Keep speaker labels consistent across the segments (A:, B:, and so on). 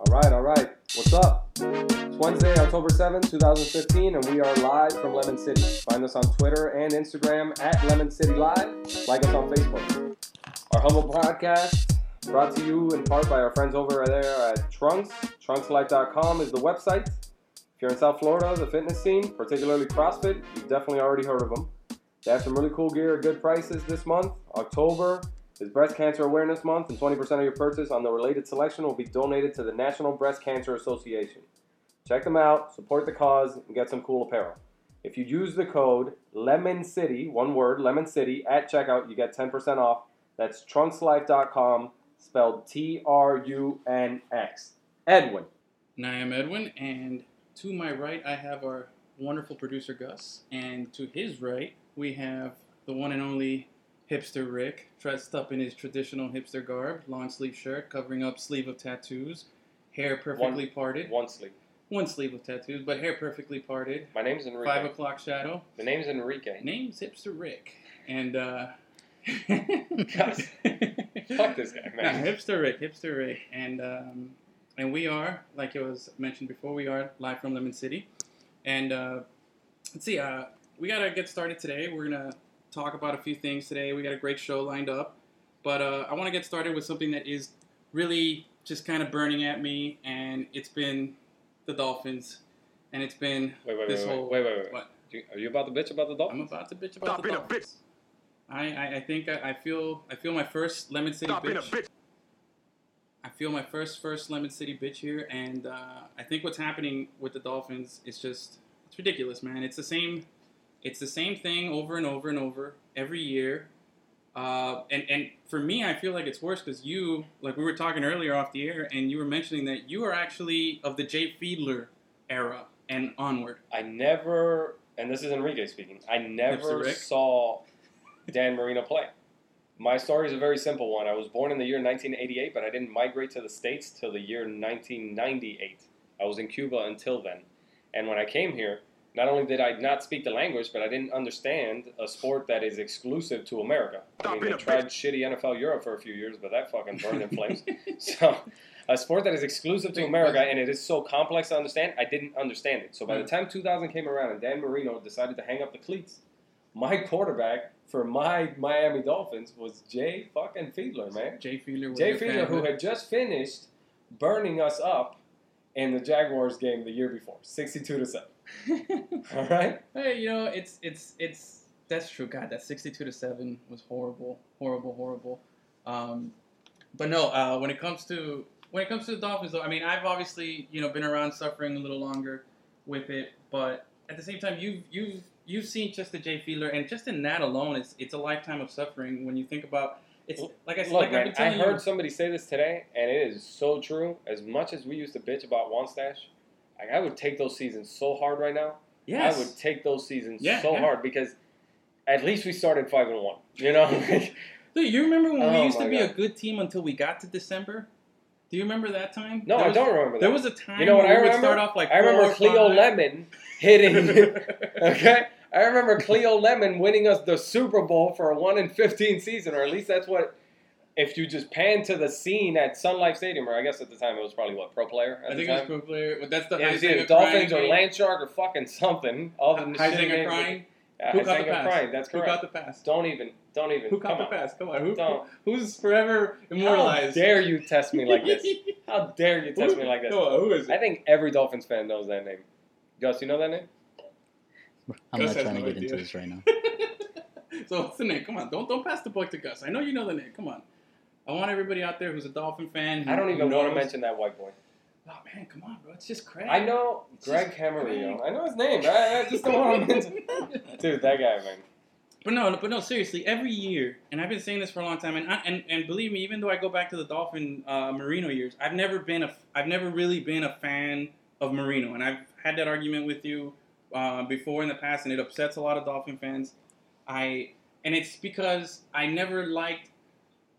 A: All right, all right. What's up? It's Wednesday, October 7th, 2015, and we are live from Lemon City. Find us on Twitter and Instagram at Lemon City Live. Like us on Facebook. Our humble podcast brought to you in part by our friends over there at Trunks. TrunksLife.com is the website. If you're in South Florida, the fitness scene, particularly CrossFit, you've definitely already heard of them. They have some really cool gear at good prices this month. October is Breast Cancer Awareness Month, and 20% of your purchase on the related selection will be donated to the National Breast Cancer Association. Check them out, support the cause, and get some cool apparel. If you use the code Lemon City, one word, Lemon City, at checkout, you get 10% off. That's trunkslife.com, spelled T R U N X. Edwin.
B: And I am Edwin, and to my right, I have our wonderful producer Gus, and to his right, we have the one and only hipster Rick, dressed up in his traditional hipster garb, long sleeve shirt, covering up sleeve of tattoos, hair perfectly parted,
A: One sleep.
B: one sleeve of tattoos, but hair perfectly parted,
A: My name's Enrique.
B: five o'clock shadow,
A: the name's Enrique.
B: name's hipster Rick, and uh,
A: Gus. Fuck this guy,
B: Nah,
A: man.
B: hipster Rick, hipster Rick, and um, and we are like it was mentioned before. We are live from Lemon City, and uh, let's see. Uh, we gotta get started today. We're gonna talk about a few things today. We got a great show lined up, but uh, I want to get started with something that is really just kind of burning at me, and it's been the Dolphins, and it's been
A: Wait, wait,
B: this
A: wait,
B: whole-
A: wait, wait, wait, wait.
B: what?
A: You- Are you about to bitch about the Dolphins?
B: I'm about to bitch about the Dolphins. I, I, I think I, I feel I feel my first Lemon City bitch. I feel my first first Lemon City bitch here, and uh, I think what's happening with the Dolphins is just it's ridiculous, man. It's the same, it's the same thing over and over and over every year. Uh, and and for me, I feel like it's worse because you, like we were talking earlier off the air, and you were mentioning that you are actually of the Jay Fiedler era and onward.
A: I never, and this is Enrique speaking, I
B: Hipster
A: never
B: Rick.
A: saw Dan Marino play. My story is a very simple one. I was born in the year 1988, but I didn't migrate to the States till the year 1998. I was in Cuba until then. And when I came here, not only did I not speak the language, but I didn't understand a sport that is exclusive to America. I mean, I tried shitty NFL Europe for a few years, but that fucking burned in flames. So, a sport that is exclusive to America and it is so complex to understand, I didn't understand it. So,
B: Hmm.
A: by the time 2000 came around and Dan Marino decided to hang up the cleats, my quarterback for my Miami Dolphins was Jay fucking Fiedler, man.
B: Jay Fiedler. was
A: Jay
B: a
A: Fiedler, who
B: favorite.
A: had just finished burning us up in the Jaguars game the year before, 62 to 7. All right?
B: Hey, you know, it's it's it's that's true. God, that sixty-two to seven was horrible, horrible, horrible. Um, but no, uh, when it comes to when it comes to the Dolphins, though, I mean, I've obviously you know been around suffering a little longer with it, but at the same time, you've you've you've seen just the Jay Fiedler, and just in that alone, it's it's a lifetime of suffering when you think about. It's
A: Look,
B: like I said,
A: Look,
B: like I've
A: man,
B: been
A: I
B: telling
A: heard
B: you,
A: somebody say this today, and it is so true. As much as we used to bitch about one stash, I would take those seasons so hard right now.
B: yes,
A: I would take those seasons
B: Yeah,
A: so
B: yeah.
A: hard because at least we started five and one. You know, Like,
B: Dude, you remember when
A: Oh
B: we used to
A: my
B: be
A: God.
B: a good team until we got to December? Do you remember that time?
A: no,
B: There
A: I
B: was-
A: don't remember that.
B: There was a time
A: You know what
B: where
A: I
B: we would
A: remember?
B: start off like
A: I remember
B: four or
A: Cleo
B: five.
A: Lemon hitting. okay, I remember Cleo Lemon winning us the Super Bowl for a one in fifteen season, or at least that's what. If you just pan to the scene at Sun Life Stadium, or I guess at the time it was probably what pro player. At
B: I
A: the
B: think it
A: time.
B: was Pro Player. But that's the
A: It was
B: Heisinger
A: either Dolphins or
B: crying
A: Land Shark or fucking something. All the
B: game.
A: shitty
B: Heisinger
A: names-
B: crying.
A: Yeah,
B: Who caught the
A: Heisinger
B: pass?
A: crying, That's
B: Who caught
A: correct.
B: the pass?
A: Don't even. Don't even.
B: Who caught
A: come
B: the
A: on.
B: pass? Come on. Who,
A: Don't.
B: Who's forever
A: How
B: immortalized?
A: dare you test me like this? How dare you test me like this?
B: Come on, who is
A: I
B: it?
A: think every Dolphins fan knows that name. Gus, you know that name?
C: I'm
B: Gus
C: not
B: has
C: trying to
B: no
C: get
B: idea.
C: into this right now.
B: so what's the name? Come on, don't don't pass the buck to Gus. I know you know the name. Come on. I want everybody out there who's a Dolphin fan. who-
A: I don't
B: who
A: even want to
B: knows-
A: mention that white boy.
B: Oh man, come on, bro. It's just crazy.
A: I know Greg Camarillo. I know his name. I, I just don't want to mention. Dude, that guy, man.
B: But no, but no, seriously, every year, and I've been saying this for a long time, and I, and, and believe me, even though I go back to the Dolphin uh, Marino years, I've never been a, I've never really been a fan of Marino, and I've had that argument with you uh, before in the past, and it upsets a lot of Dolphin fans. I and it's because I never liked,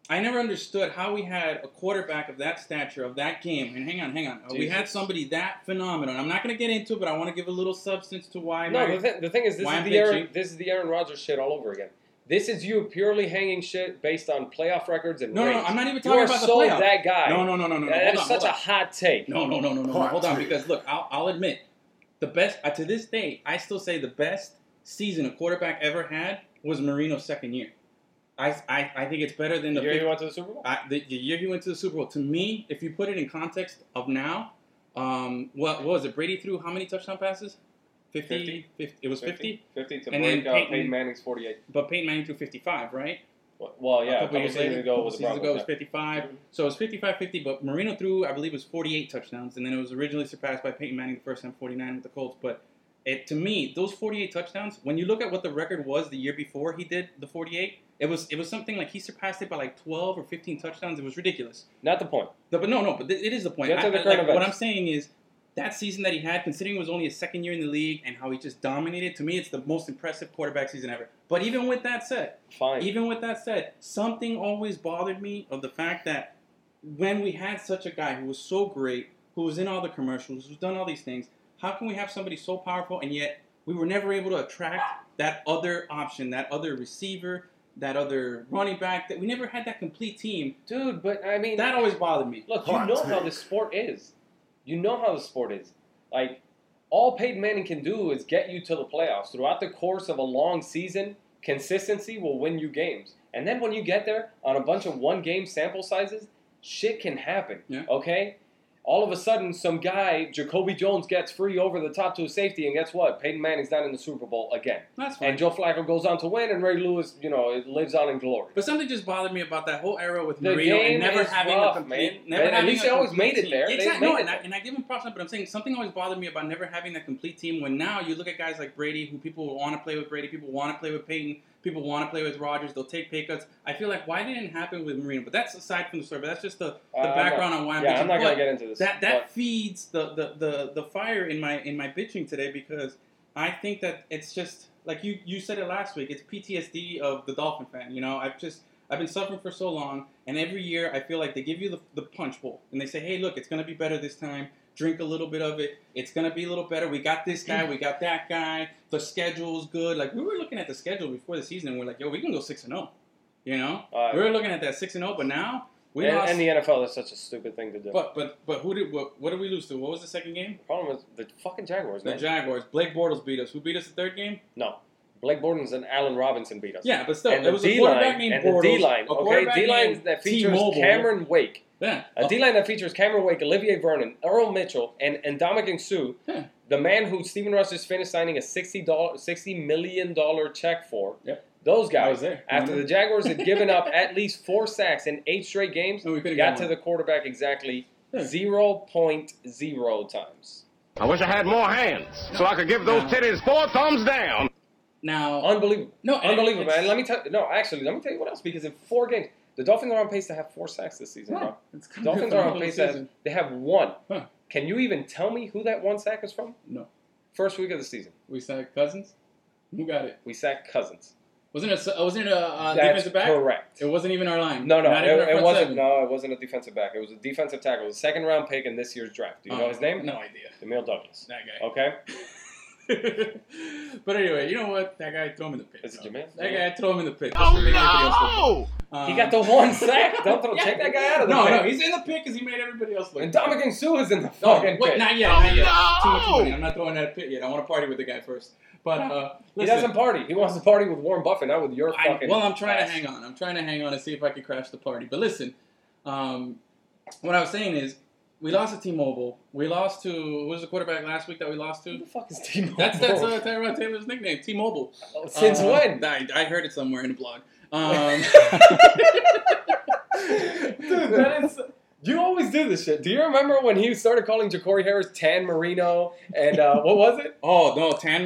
B: I never understood how we had a quarterback of that stature of that game. And hang on, hang on, Uh, we had
A: Jesus.
B: somebody that phenomenal. And I'm not going to get into it, but I want to give a little substance to why.
A: No,
B: my-
A: the, th- the thing is, this
B: Why
A: is
B: I'm
A: the Aaron,
B: bitchy?
A: this is the Aaron Rodgers shit all over again. This is you purely hanging shit based on playoff records and
B: No, no,
A: rates.
B: no, I'm not even
A: you
B: talking
A: are
B: about the
A: so
B: playoff.
A: that guy.
B: No, no, no, no, no. no.
A: That
B: hold
A: is
B: on,
A: such
B: hold
A: a
B: on.
A: hot take.
B: No, no, no, no, no. no.
C: Hot
B: Hold on,
C: take.
B: because look, I'll, I'll admit, the best uh, to this day, I still say the best season a quarterback ever had was Marino's second year. I, I, I think it's better than the Uh,
A: The year
B: fif-
A: you went to the Super Bowl.
B: I, the, the year he went to the Super Bowl. To me, if you put it in context of now, um, what, what was it? Brady threw how many touchdown passes? 50, 50.
A: 50.
B: it was 50,
A: 50, 50 to
B: And
A: break
B: then
A: uh,
B: Peyton-
A: Peyton Manning's 48.
B: but Peyton Manning threw 55, right?
A: Well, yeah, a couple,
B: years
A: seasons
B: later,
A: ago
B: couple
A: was the
B: seasons
A: Broncos,
B: ago it was
A: yeah.
B: 55. So it was 55 50, but Marino threw, I believe, it was 48 touchdowns, and then it was originally surpassed by Peyton Manning the first time, 49 with the Colts. But it, to me, those 48 touchdowns, when you look at what the record was the year before he did the 48, it was it was something like he surpassed it by like 12 or 15 touchdowns. It was ridiculous.
A: Not the point.
B: No, but no, no, but th- it is the point.
A: Get to
B: I-
A: the
B: I-
A: current
B: like, what
A: events.
B: I'm saying is that season that he had, considering it was only his second year in the league and how he just dominated, to me, it's the most impressive quarterback season ever. But even with that said,
A: Fine.
B: even with that said, something always bothered me of the fact that when we had such a guy who was so great, who was in all the commercials, who's done all these things, how can we have somebody so powerful and yet we were never able to attract that other option, that other receiver, that other running back? That we never had that complete team.
A: Dude, but I mean,
B: That always bothered me.
A: look, you
C: Hot
A: know
C: take.
A: how the sport is. You know how the sport is. Like, all Peyton Manning can do is get you to the playoffs. Throughout the course of a long season, consistency will win you games. And then when you get there on a bunch of one game sample sizes, shit can happen.
B: Yeah.
A: Okay? All of a sudden, some guy, Jacoby Jones, gets free over the top to a safety, and guess what? Peyton Manning's not in the Super Bowl again.
B: That's fine.
A: And Joe Flacco goes on to win, and Ray Lewis, you know, lives on in glory.
B: But something just bothered me about that whole era with
A: The
B: Marino
A: game
B: and never
A: is
B: having
A: rough,
B: a complete.
A: man.
B: Never
A: But at
B: having
A: least
B: a
A: they always
B: complete
A: made it
B: team.
A: there. They
B: Exactly.
A: made
B: No,
A: it
B: and I,
A: there.
B: and I give him props on, it, but I'm saying something always bothered me about never having that complete team. When now you look at guys like Brady, who people want to play with Brady, people want to play with Peyton, people want to play with Rodgers. They'll take pay cuts. I feel like why didn't it happen with Marino? But that's aside from the story. But that's just the, the
A: Uh, I'm not-
B: background on why I'm
A: yeah, I'm not
B: bitching. But-
A: going to get into this.
B: that
A: but-
B: that feeds the, the, the, the fire in my in my bitching today because I think that it's just like you, you said it last week. It's PTSD of the Dolphin fan. You know, I've just I've been suffering for so long, and every year I feel like they give you the, the punch bowl and they say, hey, look, it's gonna be better this time. Drink a little bit of it. It's gonna be a little better. We got this guy. We got that guy. The schedule's good. Like we were looking at the schedule before the season, and we're like, yo, we can go six and zero. You know,
A: Uh,
B: we were looking at that six and zero, but now we
A: and,
B: lost.
A: and the NFL is such a stupid thing to do.
B: But but but who did what, what did we lose to? What was the second game?
A: the problem is the fucking Jaguars,
B: The
A: man.
B: Jaguars. Blake Bortles beat us. Who beat us the third game?
A: no, Blake Bortons and Allen Robinson beat us.
B: Yeah, but still,
A: and
B: it
A: the
B: was
A: D
B: a quarterback
A: line
B: named
A: and
B: Bortles.
A: the D line,
B: a
A: okay,
B: quarterback
A: D line
B: named
A: that features
B: T-Mobile.
A: Cameron Wake,
B: Yeah,
A: a D line that features Cameron Wake, Olivier Vernon, Earl Mitchell, and and Dominic Sue,
B: Yeah.
A: the man who Stephen Russ just finished signing a sixty dollar, sixty million dollar check for.
B: Yep.
A: Those
B: I
A: guys,
B: was there. Mm-hmm.
A: after the Jaguars had given up at least four sacks in eight straight games,
B: No, we could've
A: got
B: got
A: to
B: one. Hmm.
A: the quarterback exactly
B: Yeah.
A: zero point zero times.
D: I wish I had more hands so I could give those titties four thumbs down.
B: now
A: Unbelievable.
B: No, and
A: unbelievable,
B: it's-
A: man. Let me tell. No, actually, let me tell you what else. Because in four games, the Dolphins are on pace to have four sacks this season,
B: Huh.
A: bro.
B: It's gonna be a
A: Dolphins are on
B: phenomenal
A: pace to have,
B: season.
A: they have one.
B: Huh.
A: Can you even tell me who that one sack is from?
B: No,
A: First week of the season,
B: we sacked Cousins. Who got it?
A: we sacked Cousins.
B: Wasn't it? a- Wasn't it a uh,
A: That's
B: defensive back?
A: correct.
B: It wasn't even our line.
A: No, no,
B: Not even our
A: it, it
B: front
A: wasn't.
B: seven.
A: No, it wasn't a defensive back. It was a defensive tackle. It was a second round pick in this year's draft. Do you know
B: Oh,
A: his name?
B: No idea.
A: Emil Douglas.
B: That guy.
A: Okay.
B: but anyway, you know what? That guy threw him in the pit.
A: Is it
B: bro.
A: Jameer?
B: That guy threw him in the pit.
D: Oh
B: Um,
A: He got the one sack. Don't throw,
B: Yeah.
A: take that guy out of the
B: no,
A: pit.
B: no, he's in the pit because he made everybody else look.
A: and Dominic Sue is in the
B: No,
A: fucking
B: wait,
A: pit.
B: not yet. Not yet.
D: No!
B: Too much money. I'm not throwing that pit yet. I want to party with the guy first. But uh,
A: He
B: listen,
A: doesn't party. He wants to party with Warren Buffett, not with your
B: I,
A: fucking.
B: well, I'm trying
A: ass.
B: to hang on. I'm trying to hang on and see if I can crash the party. But listen, um, what I was saying is, we lost to T-Mobile. We lost to who was the quarterback last week that we lost
A: Who
B: to?
A: the fuck is T-Mobile?
B: That's that's uh, Tyrod Taylor's nickname, T-Mobile.
A: Since
B: Uh,
A: when?
B: I, I heard it somewhere in a blog. Um,
A: Dude, that is. You always do this shit. Do you remember when he started calling Ja'Cory Harris Tan Marino and uh, what was it?
B: oh no, Tan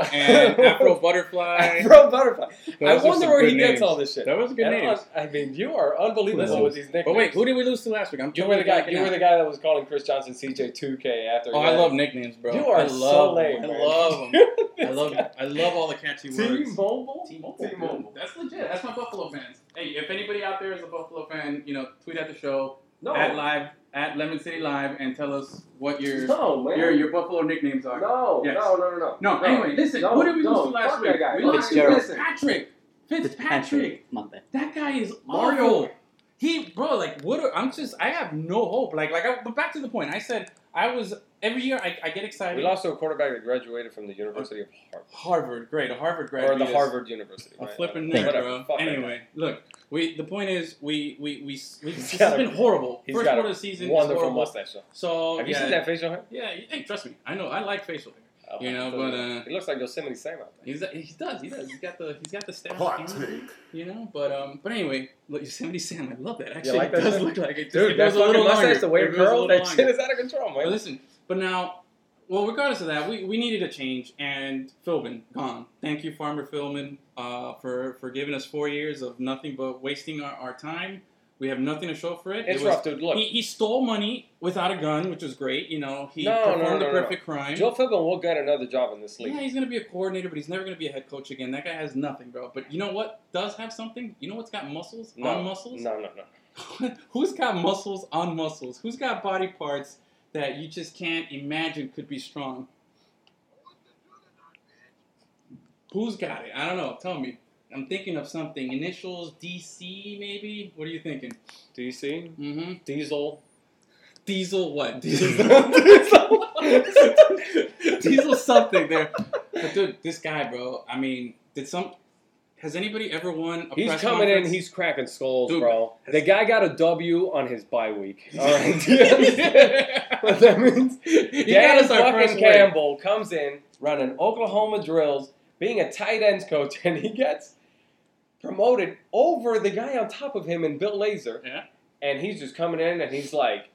B: and Afro Butterfly.
A: Afro Butterfly. I
B: Those are
A: wonder
B: some
A: where
B: good
A: he gets
B: names.
A: all this shit.
B: That was good
A: And
B: names.
A: I, I mean, you are unbelievable
B: Listen,
A: with these nicknames.
B: But wait, who did we lose to last week? I'm
A: you were the
B: totally
A: guy. You were
B: blanking
A: the guy that was calling Chris Johnson CJ2K after.
B: out. Oh,
A: he
B: I
A: had-
B: love nicknames, bro.
A: You are
B: I
A: so
B: love
A: lame.
B: them.
A: man.
B: I love them.
A: You're
B: I
A: this
B: love.
A: guy.
B: I love all the catchy words.
A: T-Mobile.
B: T-Mobile.
A: T-Mobile.
B: That's legit. That's my Buffalo fans. Hey, if anybody out there is a Buffalo fan, you know, tweet at the show
A: No.
B: at live at Lemon City Live and tell us what your
A: No, man.
B: your your Buffalo nicknames are.
A: No,
B: Yes.
A: no, no, no, no.
B: No, anyway, listen. who did we
A: no,
B: lose to last
A: fuck
B: week?
A: that guy.
B: We lost to
A: Fitzgerald.
B: Fitzpatrick. Fitzpatrick.
C: My bad.
B: That guy is
C: Mario.
B: Mario. He, bro, like, what? Are, I'm just, I have no hope. Like, like, I, but back to the point. I said I was every year. I, I get excited.
A: We lost to a quarterback that graduated from the University of Harvard.
B: Harvard, great, a Harvard grad.
A: Or
B: beat
A: the
B: us.
A: Harvard University.
B: A
A: right?
B: flipping
C: Thank
B: name,
A: Whatever,
B: bro.
A: fuck it.
B: Anyway, look, we the point is we we we, we this
A: got
B: has
A: a-
B: been horrible.
A: he's
B: First
A: got a
B: quarter of the season is
A: Wonderful
B: horrible.
A: mustache. though.
B: So
A: Have
B: yeah,
A: you seen that facial hair?
B: yeah, hey, trust me, I know. I like facial hair.
A: Oh,
B: You know,
A: so
B: but, uh,
A: he looks like Yosemite Sam out there.
B: He's, he does, he does. He's got the he's got the staff.
E: Hot
B: you know?
E: take.
B: You know, but um, but anyway, look, Yosemite Sam, I love that. Actually,
A: like
B: it
A: that
B: does
A: shit?
B: look like it. Just, it
A: Dude, that
B: goes a
A: fucking
B: little
A: mustache,
B: longer.
A: the way
B: It
A: it
B: goes a
A: curls,
B: little
A: that
B: longer.
A: shit is out of control,
B: But
A: man.
B: listen, but now, well, regardless of that, we, we needed a change, and Philbin gone. Thank you, Farmer Philbin, uh, for for giving us four years of nothing but wasting our, our time. We have nothing to show for it.
A: It's
B: it was,
A: rough, dude. Look,
B: he, he stole money without a gun, which was great. You know, he
A: No, no,
B: performed
A: no, no,
B: the
A: no.
B: perfect crime.
A: Joe Philbin will get another job in this league.
B: yeah, he's gonna be a coordinator, but he's never gonna be a head coach again. That guy has nothing, bro. But you know what does have something? You know what's got muscles
A: No,
B: on muscles?
A: No, no, no.
B: Who's got muscles on muscles? Who's got body parts that you just can't imagine could be strong? Who's got it? I don't know. Tell me. I'm thinking of something. Initials DC, maybe? What are you thinking?
A: Do you see?
B: Mm-hmm.
A: Diesel.
B: Diesel what? Diesel,
A: Diesel.
B: Diesel something there. But dude, this guy, bro. I mean, did some? Has anybody ever won a
A: He's
B: press
A: coming
B: conference?
A: in. He's cracking skulls,
B: Dude.
A: bro. The guy got a W on his bye week. All right. Do you understand what that means?
B: he got
A: Dan
B: us our first
A: fucking
B: win.
A: Campbell comes in running Oklahoma drills, being a tight ends coach, and he gets promoted over the guy on top of him in Bill Lazor.
B: Yeah.
A: And he's just coming in and he's like,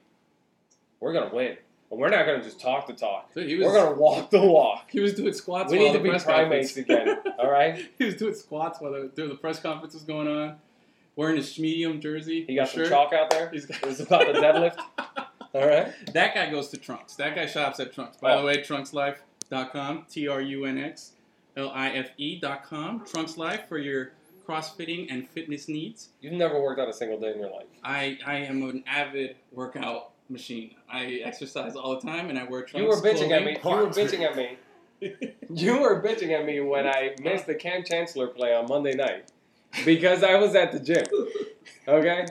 A: "We're gonna win, and we're not gonna just talk the talk.
B: Dude, he was
A: we're gonna walk the walk.
B: he was doing squats.
A: we
B: while
A: need to
B: the
A: be
B: press
A: primates
B: conference.
A: again. All right."
B: he was doing squats while the, during the press conference was going on, wearing his medium jersey.
A: He got some
B: shirt.
A: chalk out there.
B: He's got-
A: It was about the deadlift. All right.
B: That guy goes to Trunks. That guy shops at Trunks. By
A: Oh.
B: the way, trunkslife.com, T R U N X L I F E.com, Trunks Life for your crossfitting and fitness needs.
A: You've never worked out a single day in your life.
B: I, I am an avid workout machine. I exercise all the time and I wear
A: You
B: trunks.
A: were bitching at
B: clothing.
A: me. You were bitching at me. You were bitching at me when I missed the Cam Chancellor play on Monday night because I was at the gym. Okay?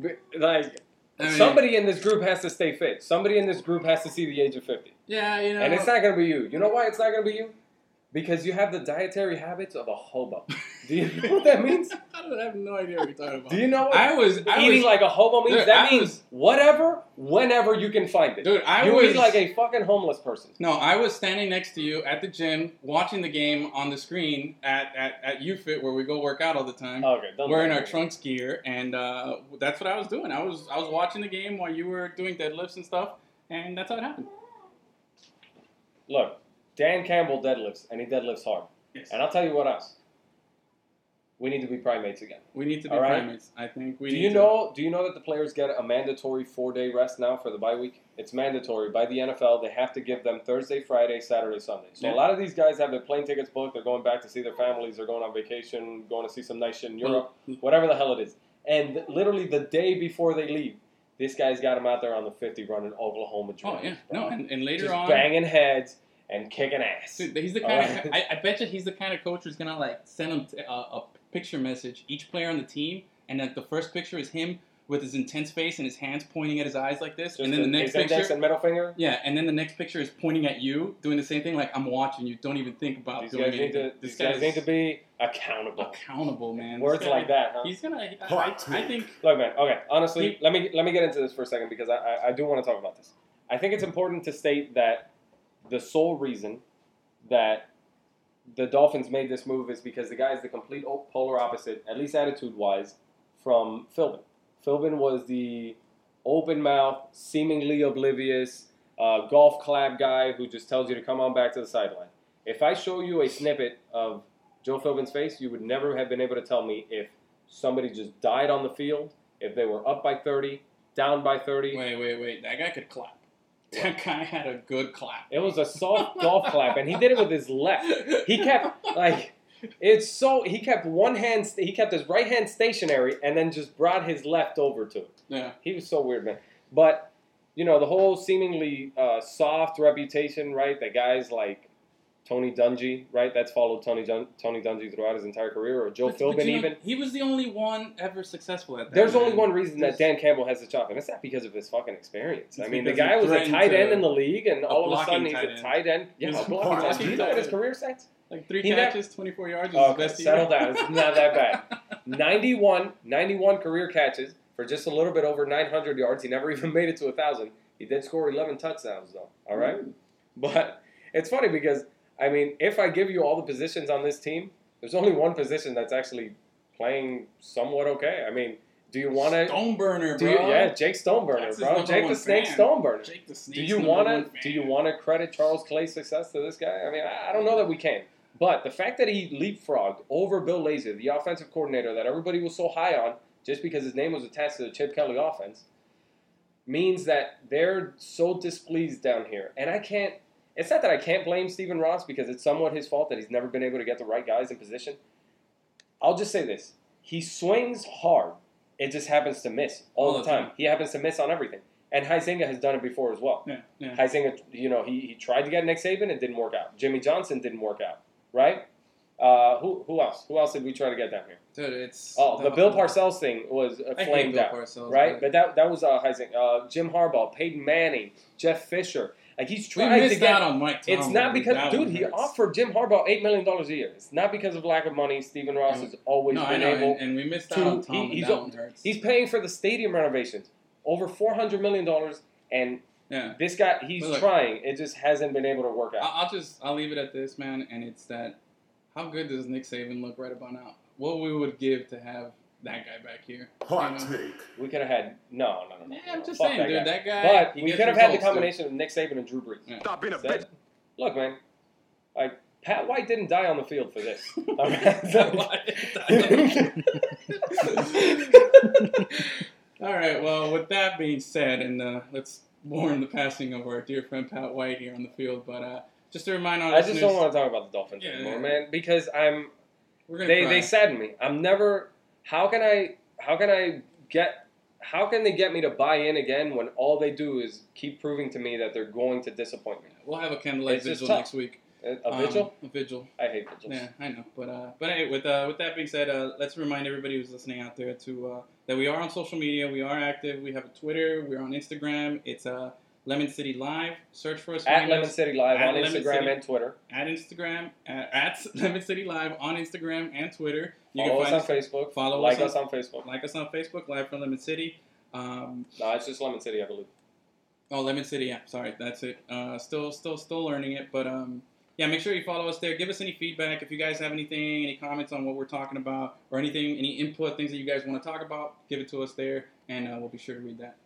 A: B- Like,
B: I mean,
A: somebody in this group has to stay fit. Somebody in this group has to see the age of 50.
B: Yeah, you know.
A: And it's not going to be you. You know why it's not going to be you? Because you have the dietary habits of a hobo. Do you know what that means?
B: I don't- I have no idea what you're talking about.
A: Do you know what
B: I was I
A: eating
B: was,
A: like a hobo means?
B: Dude,
A: that
B: I
A: means
B: was-
A: whatever, whenever you can find it.
B: dude. I
A: you
B: was
A: eat like a fucking homeless person.
B: No, I was standing next to you at the gym watching the game on the screen at, at, at UFIT where we go work out all the time.
A: Oh, Okay, don't
B: Wearing
A: lie.
B: our trunks gear, and uh, that's what I was doing. I was I was watching the game while you were doing deadlifts and stuff, and that's how it happened.
A: Look, Dan Campbell deadlifts, and he deadlifts hard.
B: Yes.
A: And I'll tell you what else. We need to be primates again.
B: We need to be
A: All right.
B: primates. I think we
A: do
B: need
A: you
B: to.
A: know? Do you know that the players get a mandatory four-day rest now for the bye week? It's mandatory by the NFL. They have to give them Thursday, Friday, Saturday, Sunday. So
B: Yeah.
A: a lot of these guys have their plane tickets booked. They're going back to see their families. They're going on vacation. Going to see some nice shit in Europe.
B: Mm-hmm.
A: Whatever the hell it is. And th- literally the day before they leave, this guy's got him out there on the fifty running Oklahoma
B: Oh
A: drills.
B: yeah,
A: bro.
B: no, and, and later
A: just
B: on,
A: banging heads and kicking ass.
B: Dude, he's the
A: All
B: kind of.
A: right.
B: I, I bet you he's the kind of coach who's gonna like send him t- a, a picture message each player on the team, and that the first picture is him with his intense face and his hands pointing at his eyes like this,
A: Just
B: and then the next
A: his index
B: picture.
A: and middle finger.
B: yeah, and then the next picture is pointing at you, doing the same thing. Like I'm watching Oh, you. Don't even think about
A: These
B: doing
A: guys need
B: anything.
A: to.
B: This
A: These guys
B: guy's
A: need to be accountable.
B: accountable, man.
A: Words
B: This guy-
A: like that, huh?
B: He's gonna. I,
E: Hot
B: I, I think.
A: Look, man. Okay, honestly,
B: He-
A: let me let me get into this for a second because I, I, I do want to talk about this. I think it's important to state that the sole reason that the Dolphins made this move is because the guy is the complete o- polar opposite, at least attitude wise, from Philbin. Philbin was the open mouth, seemingly oblivious, uh, golf clap guy who just tells you to come on back to the sideline. If I show you a snippet of Joe Philbin's face, you would never have been able to tell me if somebody just died on the field, if they were up by 30, down by 30.
B: Wait, wait, wait. That guy could clap. That guy had a good clap.
A: It was a soft golf clap, and he did it with his left. He kept, like, it's so, he kept one hand, st- he kept his right hand stationary and then just brought his left over to it.
B: Yeah.
A: He was so weird, man. But you know, the whole seemingly uh, soft reputation, right? That guys like Tony Dungy, right? That's followed Tony Dun- Tony Dungy throughout his entire career, or Joe
B: But-
A: Philbin
B: but you know,
A: even.
B: He was the only one ever successful at that.
A: There's
B: man.
A: only one reason that
B: There's
A: Dan Campbell has the job, and it's not because of his fucking experience. I
B: It's
A: mean, the
B: because he
A: guy was a
B: threatened
A: tight end
B: to-
A: in the league, and
B: a
A: all of a
B: blocking
A: sudden he's
B: tight
A: a
B: end.
A: tight end. Yeah,
B: He's a
A: blocking
B: blocking
A: tight end. Do you know
B: tight
A: what his
B: end.
A: career stats?
B: like three
A: he never-
B: catches, 24 yards. Is
A: Okay,
B: his best
A: settle
B: year.
A: down. It's not that bad. 91, 91 career catches for just a little bit over 900 yards. He never even made it to 1,000. He did score 11 touchdowns, though. All right?
B: Mm.
A: But it's funny because, I mean, if I give you all the positions on this team, there's only one position that's actually playing somewhat okay. I mean, do you want to.
B: Stoneburner,
A: Do
B: bro.
A: you, yeah, Jake Stoneburner,
B: That's his
A: bro.
B: number
A: Jake
B: one
A: the Snake
B: fan.
A: Stoneburner.
B: Jake the
A: Do
B: Snake's
A: you
B: number
A: want
B: one
A: to
B: fan.
A: do you want to credit Charles Clay's success to this guy? I mean, I, I don't know that we can. But the fact that he leapfrogged over Bill Lazor, the offensive coordinator that everybody was so high on, just because his name was attached to the Chip Kelly offense, means that they're so displeased down here. And I can't. It's not that I can't blame Stephen Ross because it's somewhat his fault that he's never been able to get the right guys in position. I'll just say this: he swings hard. It just happens to miss all, the time. He happens to miss on everything. And Huizinga has done it before as well.
B: Yeah, yeah.
A: Heisinger, you know, he, he tried to get Nick Saban, it didn't work out. Jimmy Johnson didn't work out, right? Uh, who who else? Who else did we try to get down here?
B: Dude, it's
A: Oh, the Bill Parcells thing was uh,
B: I hate
A: flamed
B: Bill
A: out,
B: Parcells,
A: right? But
B: but-
A: that that was uh, Heisinger, uh, Jim Harbaugh, Peyton Manning, Jeff Fisher. Like he's
B: We
A: trying to
B: missed
A: get.
B: out on Mike.
A: it's
B: Tomlin,
A: not because,
B: That
A: dude,
B: one
A: he
B: hurts.
A: offered Jim Harbaugh eight million dollars a year. It's not because of lack of money. Stephen Ross
B: And-
A: has always
B: No, I
A: been
B: know,
A: able.
B: and, and we missed
A: to-
B: out on
A: he-
B: Tomlin.
A: he's
B: that
A: a-
B: one hurts.
A: he's paying for the stadium renovations, over four hundred million dollars, and
B: yeah.
A: this guy, he's
B: But look-
A: trying. It just hasn't been able to work out.
B: I- I'll just I'll leave it at this, man. And it's that how good does Nick Saban look right about now? What we would give to have that guy back here. you
C: Hot
B: know?
C: take.
A: we could have had no, no, no. no
B: Yeah,
A: no,
B: I'm just
A: fuck
B: saying,
A: that
B: dude.
A: guy.
B: That guy.
A: But
B: he
A: we
B: gets
A: could have had the
B: results, dude.
A: combination of Nick Saban and Drew Brees.
B: Yeah.
D: Stop being a
A: Said-
D: bitch.
A: Look, man, like Pat White didn't die on the field for this. All right?
B: All right. Well, with that being said, and uh, let's mourn the passing of our dear friend Pat White here on the field. But uh, just to remind our
A: I just
B: listeners,
A: don't want to talk about the Dolphins
B: Yeah,
A: anymore,
B: yeah.
A: man, because I'm
B: we're gonna
A: they
B: cry.
A: they sadden me. I'm never. How can I? How can I get? How can they get me to buy in again when all they do is keep proving to me that they're going to disappoint me?
B: we'll have a candlelight
A: It's just
B: vigil
A: tough.
B: next week.
A: A
B: Um,
A: vigil?
B: a vigil.
A: I hate vigils.
B: Yeah, I know. But uh, but hey, with uh, with that being said, uh, let's remind everybody who's listening out there to uh, that we are on social media. We are active. We have a Twitter. We're on Instagram. It's uh, Lemon City Live. Search for us.
A: At
B: find
A: Lemon
B: us.
A: City Live
B: At
A: on
B: Lemon
A: Instagram
B: City.
A: and Twitter.
B: at Instagram at, at Lemon City Live on Instagram and Twitter.
A: follow us on
B: us,
A: Facebook.
B: follow
A: like
B: us
A: us
B: on-
A: on, Facebook.
B: like us on Facebook Live from Lemon City. Um,
A: No, it's just Lemon City, I believe.
B: oh, Lemon City, yeah, sorry, that's it. Uh, still, still, still learning it, but um, yeah, make sure you follow us there. Give us any feedback if you guys have anything, any comments on what we're talking about, or anything, any input, things that you guys want to talk about. Give it to us there, and uh, we'll be sure to read that.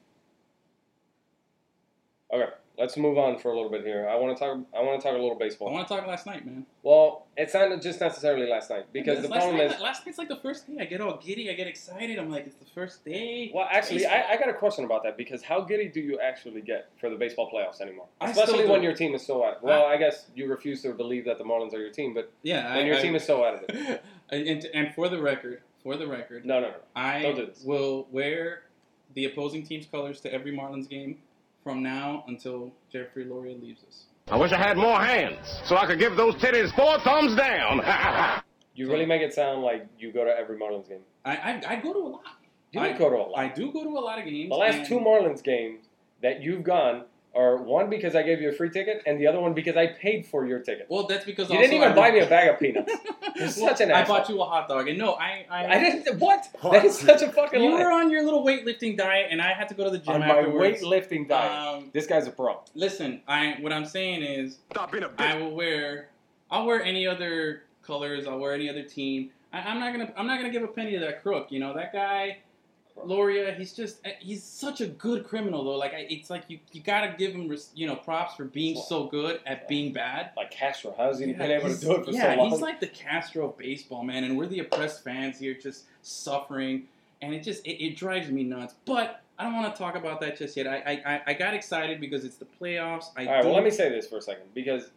A: Okay, let's move on for a little bit here. I want to talk. I want to talk a little
B: I
A: baseball.
B: want to talk last night, man,
A: Well, it's not just necessarily last night because the
B: last
A: problem
B: night,
A: is.
B: last night's like the first day. I get all giddy, I get excited. I'm like, it's the first day.
A: Well, actually, I, I got a question about that because how giddy do you actually get for the baseball playoffs anymore?
B: I still
A: Especially when
B: do.
A: your team is so at it. Well, I guess you refuse to believe that the Marlins are your team, but
B: Yeah,
A: when
B: I,
A: your
B: I-
A: team is so out of it.
B: and, Uh, and, and for the record, for the record,
A: No, no, no.
B: I
A: don't do this.
B: will wear the opposing team's colors to every Marlins game from now until Jeffrey Loria leaves us.
D: I wish I had more hands so I could give those titties four thumbs down.
A: You really make it sound like you go to every Marlins game.
B: I I, I go to a lot.
A: You
B: I-
A: don't go to a lot.
B: I do go to a lot of games.
A: The last
B: and-
A: two Marlins games that you've gone are one because I gave you a free ticket, and the other one because I paid for your ticket.
B: Well, that's because
A: you didn't
B: also
A: even
B: I-
A: buy me a bag of peanuts. You're
B: Well,
A: such an
B: I
A: asshole.
B: bought you a hot dog, and no, I I,
A: I didn't. What?
C: Hot
A: That is such a fucking
B: You
A: lie.
B: were on your little weightlifting diet, and I had to go to the gym
A: on my
B: afterwards.
A: weightlifting diet.
B: Um,
A: this guy's a pro.
B: listen, I what I'm saying is
D: Stop being a
B: I will wear. I'll wear any other colors. I'll wear any other team. I, I'm not gonna. I'm not gonna give a penny to that crook. You know that guy, Loria. He's just. eh, He's such a good criminal though. Like I, it's like you. You gotta give him. res- You know, props for being so good at being bad.
A: Like Castro, how's he
B: Yeah,
A: been able to
B: he's-
A: do it for
B: yeah,
A: so long?
B: he's like the Castro of baseball man, and we're the oppressed fans here, just suffering, and it just it, it drives me nuts. But I don't want to talk about that just yet. I, I I- I got excited because it's the playoffs.
A: All right,
B: I
A: well,
B: don't-
A: let me say this for a second because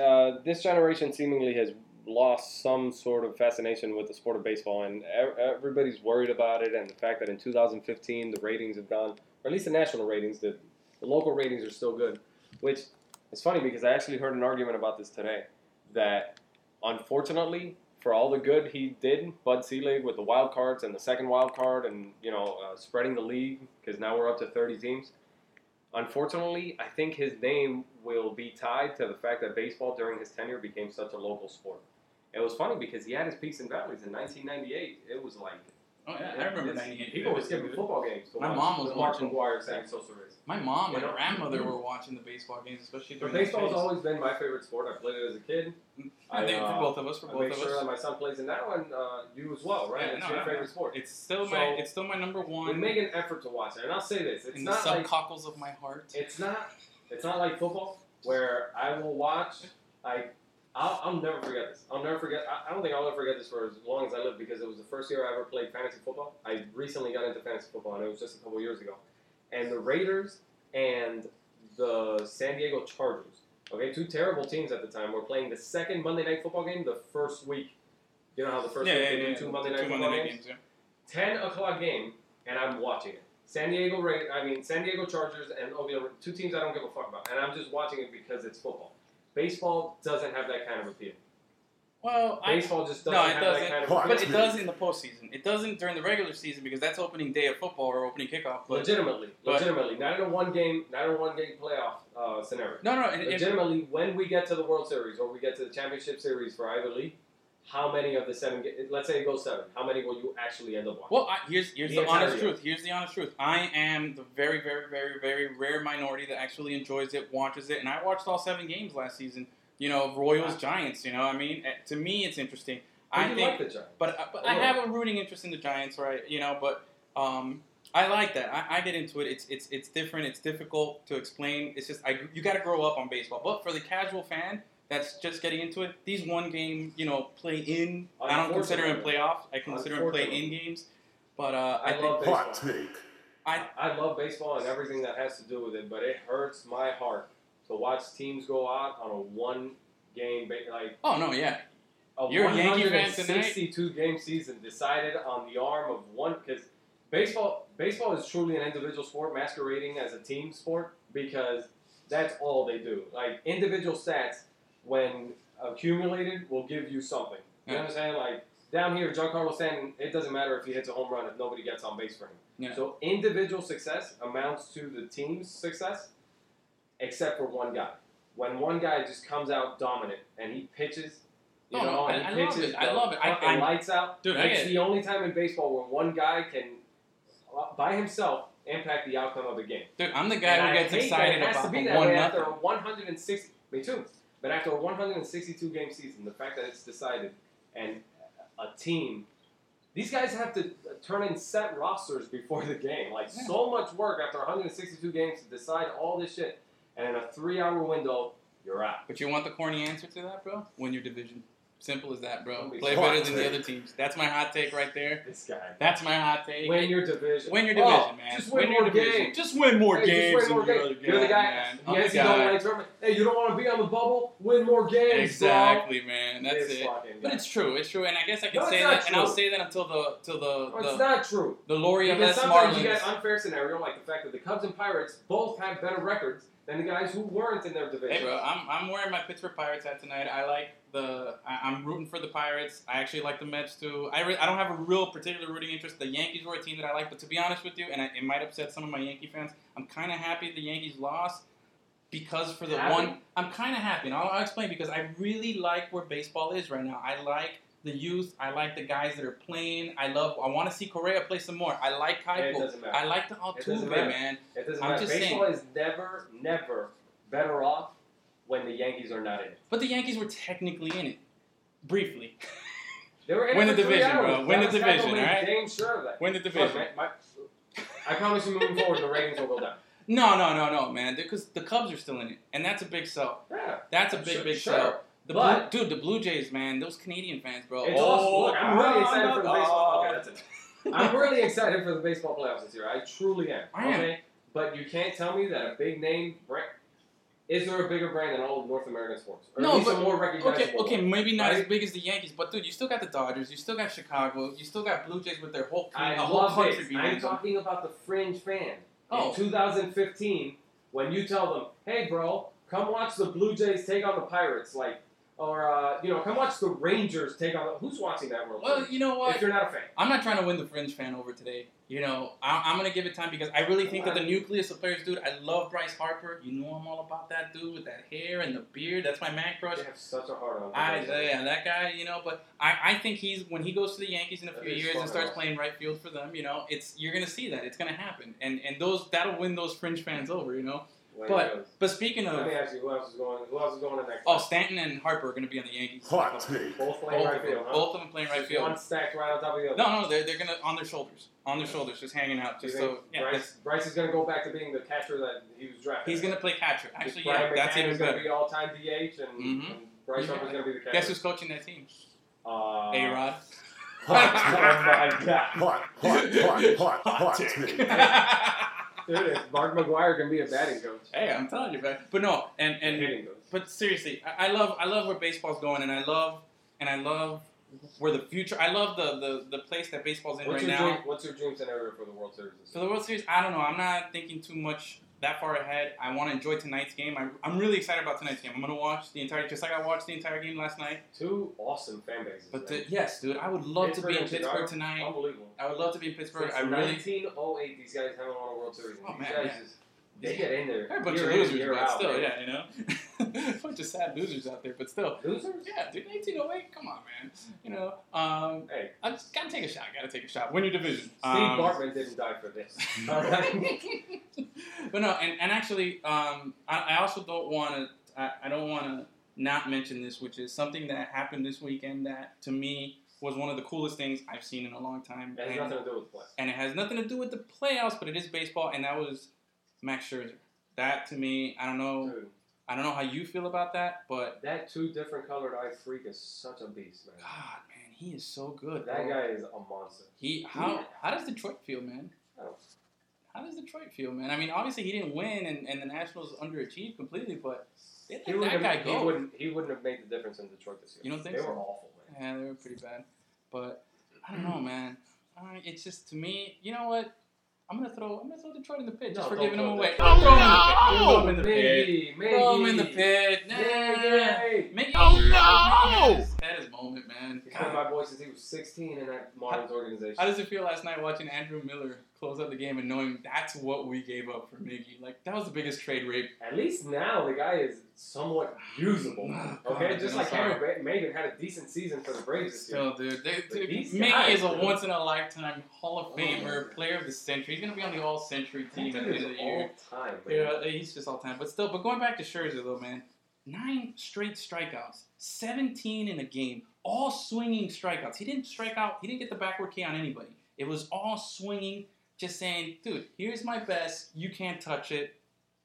A: uh, this generation seemingly has lost some sort of fascination with the sport of baseball, and e- everybody's worried about it. And the fact that in 2015 the ratings have gone, or at least the national ratings, the, the local ratings are still good, which is funny because I actually heard an argument about this today. that unfortunately, for all the good he did, Bud Selig with the wild cards and the second wild card and, you know, uh, spreading the league because now we're up to 30 teams. Unfortunately, I think his name will be tied to the fact that baseball during his tenure became such a local sport. It was funny because he had his peaks and valleys in 1998. It was like
B: Oh yeah, I remember '98.
A: People were skipping football games. to
B: My
A: watch
B: mom was
A: Mark
B: watching-
A: McGuire saying so serious.
B: My mom and
A: You know?
B: grandmother were watching the baseball games, especially
A: But
B: during
A: baseball's
B: the
A: always been my favorite sport. I played it as a kid.
B: I, think
A: I, uh,
B: for both of us, for
A: I
B: both
A: make
B: of
A: sure that
B: us,
A: my son plays it now, and uh, you as well, right?
B: Yeah,
A: it's
B: no,
A: your
B: I-
A: favorite sport.
B: it's still my
A: So-
B: it's still my number
A: We
B: one
A: make an effort to watch it, and I'll say this: it's
B: in the
A: not like
B: subcockles of my heart.
A: it's not it's not like football where I will watch like. I'll, I'll never forget this. I'll never forget. I, I don't think I'll ever forget this for as long as I live because it was the first year I ever played fantasy football. I recently got into fantasy football, and it was just a couple years ago. And the Raiders and the San Diego Chargers, okay, two terrible teams at the time, were playing the second Monday night football game the first week. You know how the first
B: yeah,
A: week
B: yeah,
A: they
B: yeah,
A: do
B: yeah.
A: two Monday night
B: two
A: football
B: Monday
A: games?
B: night games. Yeah.
A: 10 o'clock game, and I'm watching it. San Diego, Ra- I mean San Diego Chargers and OVL, two teams I don't give a fuck about, and I'm just watching it because it's football. Baseball doesn't have that kind of appeal.
B: Well, I,
A: Baseball just
B: No,
A: doesn't
B: it
A: have
B: doesn't.
A: that kind of
C: But
A: appeal.
B: but it does in the postseason. It doesn't during the regular season because that's opening day of football or opening kickoff. But
A: legitimately,
B: but-
A: legitimately, not in a one game, not in a one game playoff uh, scenario.
B: no, no, and, and-
A: Legitimately, when we get to the World Series or we get to the Championship Series for Ivy League, how many of the seven? ga- Let's say it goes seven. How many will you actually end up watching?
B: Well, I, here's here's
A: The
B: the,
A: entire
B: honest
A: year.
B: truth. Here's the honest truth. I am the very, very, very, very rare minority that actually enjoys it, watches it, and I watched all seven games last season. You know, Royals, Giants. You know, I mean, eh, to me, it's interesting.
A: Who
B: I
A: do you
B: think,
A: like the Giants?
B: but, I- but I have a rooting interest in the Giants, right? You know, but um, I like that. I, I get into it. It's it's it's different. It's difficult to explain. It's just I you got to grow up on baseball. But for the casual fan that's just getting into it, these one game, you know, play in. I don't consider them
A: Unfortunately.
B: playoffs. I consider them play in games. But uh, I,
A: I
B: think
A: love baseball.
C: Hot take.
A: I love baseball and everything that has to do with it, but it hurts my heart to watch teams go out on a one game, ba- like
B: Oh no, yeah.
A: a
B: You're a Yankee fan tonight?
A: 162 game season decided on the arm of one. Because baseball, baseball is truly an individual sport masquerading as a team sport because that's all they do. Like individual stats, when accumulated, will give you something. You
B: Yeah.
A: understand? Like down here, Giancarlo Stanton, it doesn't matter if he hits a home run if nobody gets on base for him.
B: Yeah.
A: So individual success amounts to the team's success, except for one guy. When one guy just comes out dominant and he pitches, you
B: No,
A: know,
B: no,
A: and
B: Oh, I-
A: he
B: I love
A: pitches,
B: it. I
A: the
B: love it. I-
A: fucking
B: I-
A: lights out.
B: Dude, I
A: it's
B: get it.
A: the only time in baseball where one guy can, uh, by himself, impact the outcome of a game.
B: Dude, I'm the guy
A: And
B: who
A: I
B: gets
A: hate that
B: excited
A: it has
B: about
A: to be
B: the
A: that
B: one
A: way
B: nothing.
A: after a 160. Me too. But after a 162 game season, the fact that it's decided and a team, these guys have to turn in set rosters before the game. Like
B: Yeah.
A: so much work after 162 games to decide all this shit, and in a three-hour window, you're out.
B: But you want the corny answer to that, bro? Win your division. Simple as that, bro.
A: Don't be
B: Play
C: hot
B: better than the
C: take.
B: other teams. That's my hot take right there.
A: This guy.
B: That's my hot take.
A: Win your division.
B: Win your
A: Oh,
B: division, man.
A: Just win,
B: your
A: more
B: division.
A: games.
B: Just win more
A: Hey,
B: games.
A: just win more
B: than
A: games.
B: your
A: You're the
B: other
A: guy.
B: Man. I'm
A: Yes,
B: the
A: you don't
B: guy.
A: like tournament. Hey, you don't want to be on the bubble. Win more games,
B: Exactly, man.
A: bro.
B: That's
A: This
B: it.
A: fucking
B: But
A: guy.
B: it's true. It's true, and I guess I can
A: No, it's
B: say
A: not
B: that, and I'll
A: true.
B: say that until the till the
A: No,
B: the,
A: it's not true.
B: the Laurie of
A: Because
B: Les
A: sometimes
B: Marlins.
A: you get unfair scenario, like the fact that the Cubs and Pirates both have better records than the guys who weren't in their division.
B: Hey, bro, I'm, I'm wearing my Pittsburgh Pirates hat tonight. I like the. I, I'm rooting for the Pirates. I actually like the Mets too. I, re- I don't have a real particular rooting interest. The Yankees were a team that I like, but to be honest with you, and I, it might upset some of my Yankee fans, I'm kind of happy the Yankees lost because for the
A: Happy?
B: one. I'm kind of happy, and I'll, I'll explain because I really like where baseball is right now. I like the youth. I like the guys that are playing. I love. I want to see Correa play some more. I like
A: Hey, it
B: Keuchel.
A: doesn't
B: I
A: matter.
B: like the
A: It doesn't
B: Altuve,
A: matter.
B: man.
A: It doesn't
B: I'm
A: matter.
B: just
A: Baseball is never, never better off when the Yankees are not in it.
B: But the Yankees were technically in it, briefly.
A: They were in it
B: Win the
A: for three
B: division,
A: hours.
B: bro. Win the
A: Dallas Keuchel
B: division,
A: made
B: alright?
A: Damn sure of that.
B: Win the
A: Look,
B: division.
A: man, my- I promise you, moving forward, the ratings will go down.
B: No, no, no, no, man. Because the Cubs are still in it, and that's a big sell.
A: Yeah,
B: That's a big,
A: sure,
B: big
A: sure.
B: sell. The
A: But-
B: blue, dude, the Blue Jays, man. Those Canadian fans, bro.
A: It's
B: oh,
A: awesome. Look, I'm really
B: no,
A: excited
B: no,
A: for the
B: no.
A: baseball. Okay, that's it. I'm really excited for the baseball playoffs this year. I truly am.
B: I am.
A: Okay? But you can't tell me that a big name brand. Is there a bigger brand than all of North American sports? Or
B: No,
A: at least
B: but-
A: a more
B: Okay,
A: recognizable
B: okay, maybe not
A: Right?
B: as big as the Yankees, but dude, you still got the Dodgers, you still got Chicago, you still got Blue Jays with their whole
A: I
B: a whole
A: love
B: country
A: this. I'm
B: behind them.
A: talking about the fringe fan.
B: Oh.
A: In 2015, when you tell them, hey, bro, come watch the Blue Jays take on the Pirates, like, or uh, you know, come watch the Rangers take on. Who's watching that World
B: Well,
A: Series?
B: you know what?
A: If you're not a fan,
B: I'm not trying to win the fringe fan over today. You know, I, I'm gonna give it time because I really think that the nucleus of players, dude. I love Bryce Harper. You know, I'm all about that dude with that hair and the beard. That's my man crush.
A: they have such a hard on.
B: I, yeah, that guy, you know, but I, I think he's when he goes to the Yankees in a
A: That
B: few
A: is
B: years and
A: smart.
B: starts playing right field for them, you know, it's you're gonna see that it's gonna happen, and and those that'll win those fringe fans over, you know.
A: Wayne
B: but-
A: Jones.
B: But speaking
A: let
B: of,
A: me ask you, who else is going? Who else is going in that?
B: oh, Stanton and Harper are gonna be on the Yankees.
C: Hot
B: Both,
C: take.
A: both playing
B: both,
A: right
B: of them,
A: field, huh?
B: both of them playing right
A: Just
B: field.
A: One stacked right on top of the other.
B: No, no, they're, they're gonna on their shoulders, on their shoulders, just hanging out,
A: Do you
B: just
A: think
B: so yeah, that's-
A: Bryce, Bryce is going to go back to being the catcher that he was drafted.
B: he's
A: as?
B: gonna play catcher. Actually, yeah,
A: Brian
B: that's even
A: McCann going
B: better.
A: to be all time DH, and,
B: Mhm.
A: and Bryce
B: Yeah.
A: Harper's going to be the catcher.
B: Guess who's coaching that team?
A: Uh,
B: A Rod.
C: Hot,
A: Oh my God,
C: hot, hot, hot, hot, hot take.
B: hey,
A: dude! If Mark McGuire can be a batting coach,
B: I'm telling you, man. But no, and
A: a
B: and
A: hitting coach.
B: but seriously, I, I love I love where baseball's going, and I love and I love where the future. I love the the, the place that baseball's in
A: What's
B: right
A: your
B: now.
A: dream, what's your dream scenario for the World Series? this
B: For
A: year?
B: the World Series, I don't know. I'm not thinking too much that far ahead. I want to enjoy tonight's game. I, I'm really excited about tonight's game. I'm gonna watch the entire, just like I watched the entire game last night.
A: Two awesome fan bases.
B: But
A: man.
B: the, yes, dude, I would love to be in
A: Pittsburgh and Chicago.
B: Pittsburgh tonight.
A: unbelievable.
B: I would love to be in Pittsburgh.
A: Since
B: I really
A: 1908, these guys haven't won a World Series.
B: Oh,
A: these
B: man,
A: guys
B: yeah.
A: just they get in there.
B: They're a bunch
A: year
B: of
A: in,
B: losers,
A: year
B: but
A: out,
B: still,
A: man.
B: yeah, you know, a bunch of sad losers out there, but still,
A: Losers?
B: yeah, dude, 1908, come on, man, you know, um,
A: Hey,
B: I just gotta take a shot, gotta take a shot, win your division.
A: Steve
B: Um,
A: Bartman didn't die for this. All right.
B: but no, and, and actually, um, I, I also don't want to. I, I don't want to not mention this, which is something that happened this weekend that to me was one of the coolest things I've seen in a long time,
A: It has
B: and,
A: nothing to do with play.
B: and it has nothing to do with the playoffs, but it is baseball, and that was Max Scherzer. That to me, I don't know.
A: Dude,
B: I don't know how you feel about that, but
A: that two different colored eye freak is such a beast, man.
B: God, man, he is so good.
A: That
B: bro.
A: guy is a monster.
B: He how how does Detroit feel, man?
A: Oh.
B: How does Detroit feel, man? I mean, obviously he didn't win, and, and the Nationals underachieved completely, but they
A: He
B: let
A: wouldn't,
B: that guy
A: have, he,
B: go.
A: wouldn't, he wouldn't have made the difference in Detroit this year.
B: You don't think
A: they
B: so?
A: were awful, man.
B: Yeah, they were pretty bad, but I don't know, man. I it's just to me, you know what? I'm gonna throw I'm gonna throw Detroit in the pit just
A: No,
B: for
A: don't
B: giving him
A: throw
B: away.
A: that.
B: I'll throw
D: No!
A: Oh!
B: him in the pit.
A: Miggy, Miggy.
B: Throw him in the pit. Throw him in the pit. Nah.
A: Miggy.
B: Mickey,
D: Oh, no!
B: that is- That is moment, man.
A: He's been
B: God.
A: my boy since he was 16 in that Marlins organization.
B: How does it feel last night watching Andrew Miller close out the game and knowing that's what we gave up for Miggy? Like that was the biggest trade rape.
A: At least now the guy is somewhat usable.
B: Oh, God,
A: Okay,
B: dude,
A: just
B: I'm
A: like
B: sorry.
A: Cameron Ba- Maven had a decent season for the Braves this year.
B: Still, dude, they, dude
A: these
B: Miggy
A: guys,
B: is a
A: dude.
B: once in a lifetime Hall
A: Oh,
B: of
A: my
B: Famer,
A: God.
B: player of the century. He's gonna be on the All Century
A: He
B: team at the end of the year.
A: all time. man.
B: Yeah, he's just all time. But still, but going back to Scherzer though, man, nine straight strikeouts, seventeen in a game, all swinging strikeouts. He didn't strike out. He didn't get the backward K on anybody. It was all swinging, just saying, dude, here's my best. You can't touch it.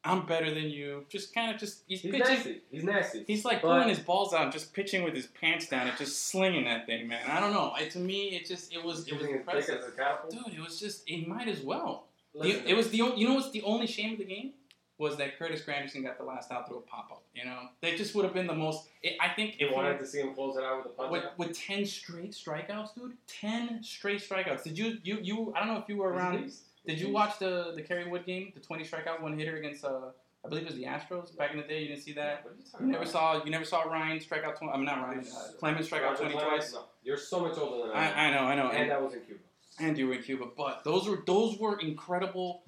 B: I'm better than you. Just kind of just he's,
A: He's
B: pitching.
A: nasty. He's nasty.
B: He's like
A: But-
B: pulling his balls out, and just pitching with his pants down, and just slinging that thing, man. I don't know. It, to me, it just it was it was
A: Using his dick
B: impressive,
A: as a catapult.
B: dude. It was just it might as well. The-
A: Listen,
B: it was the o- you know what's the only shame of the game was that Curtis Granderson got the last out through a pop up. You know that just would have been the most. It, I think
A: You
B: if
A: wanted
B: you,
A: to see him close it out with a punch.
B: with
A: out?
B: with ten straight strikeouts, dude, ten straight strikeouts. Did you you you? I don't know if you were
A: He's a
B: around.
A: beast.
B: Did you watch the the Kerry Wood game, the twenty strikeout one hitter against uh I believe it was the Astros back in the day. You didn't see that.
A: What are you talking
B: You never
A: about?
B: saw you never saw Ryan strike out twenty. I mean not Ryan. Uh, Clemens strike out
A: Roger
B: twenty
A: Clemens?
B: twice.
A: No, you're so much older than I, am.
B: I, I know I know.
A: and that was in Cuba.
B: and you were in Cuba. But those were those were incredible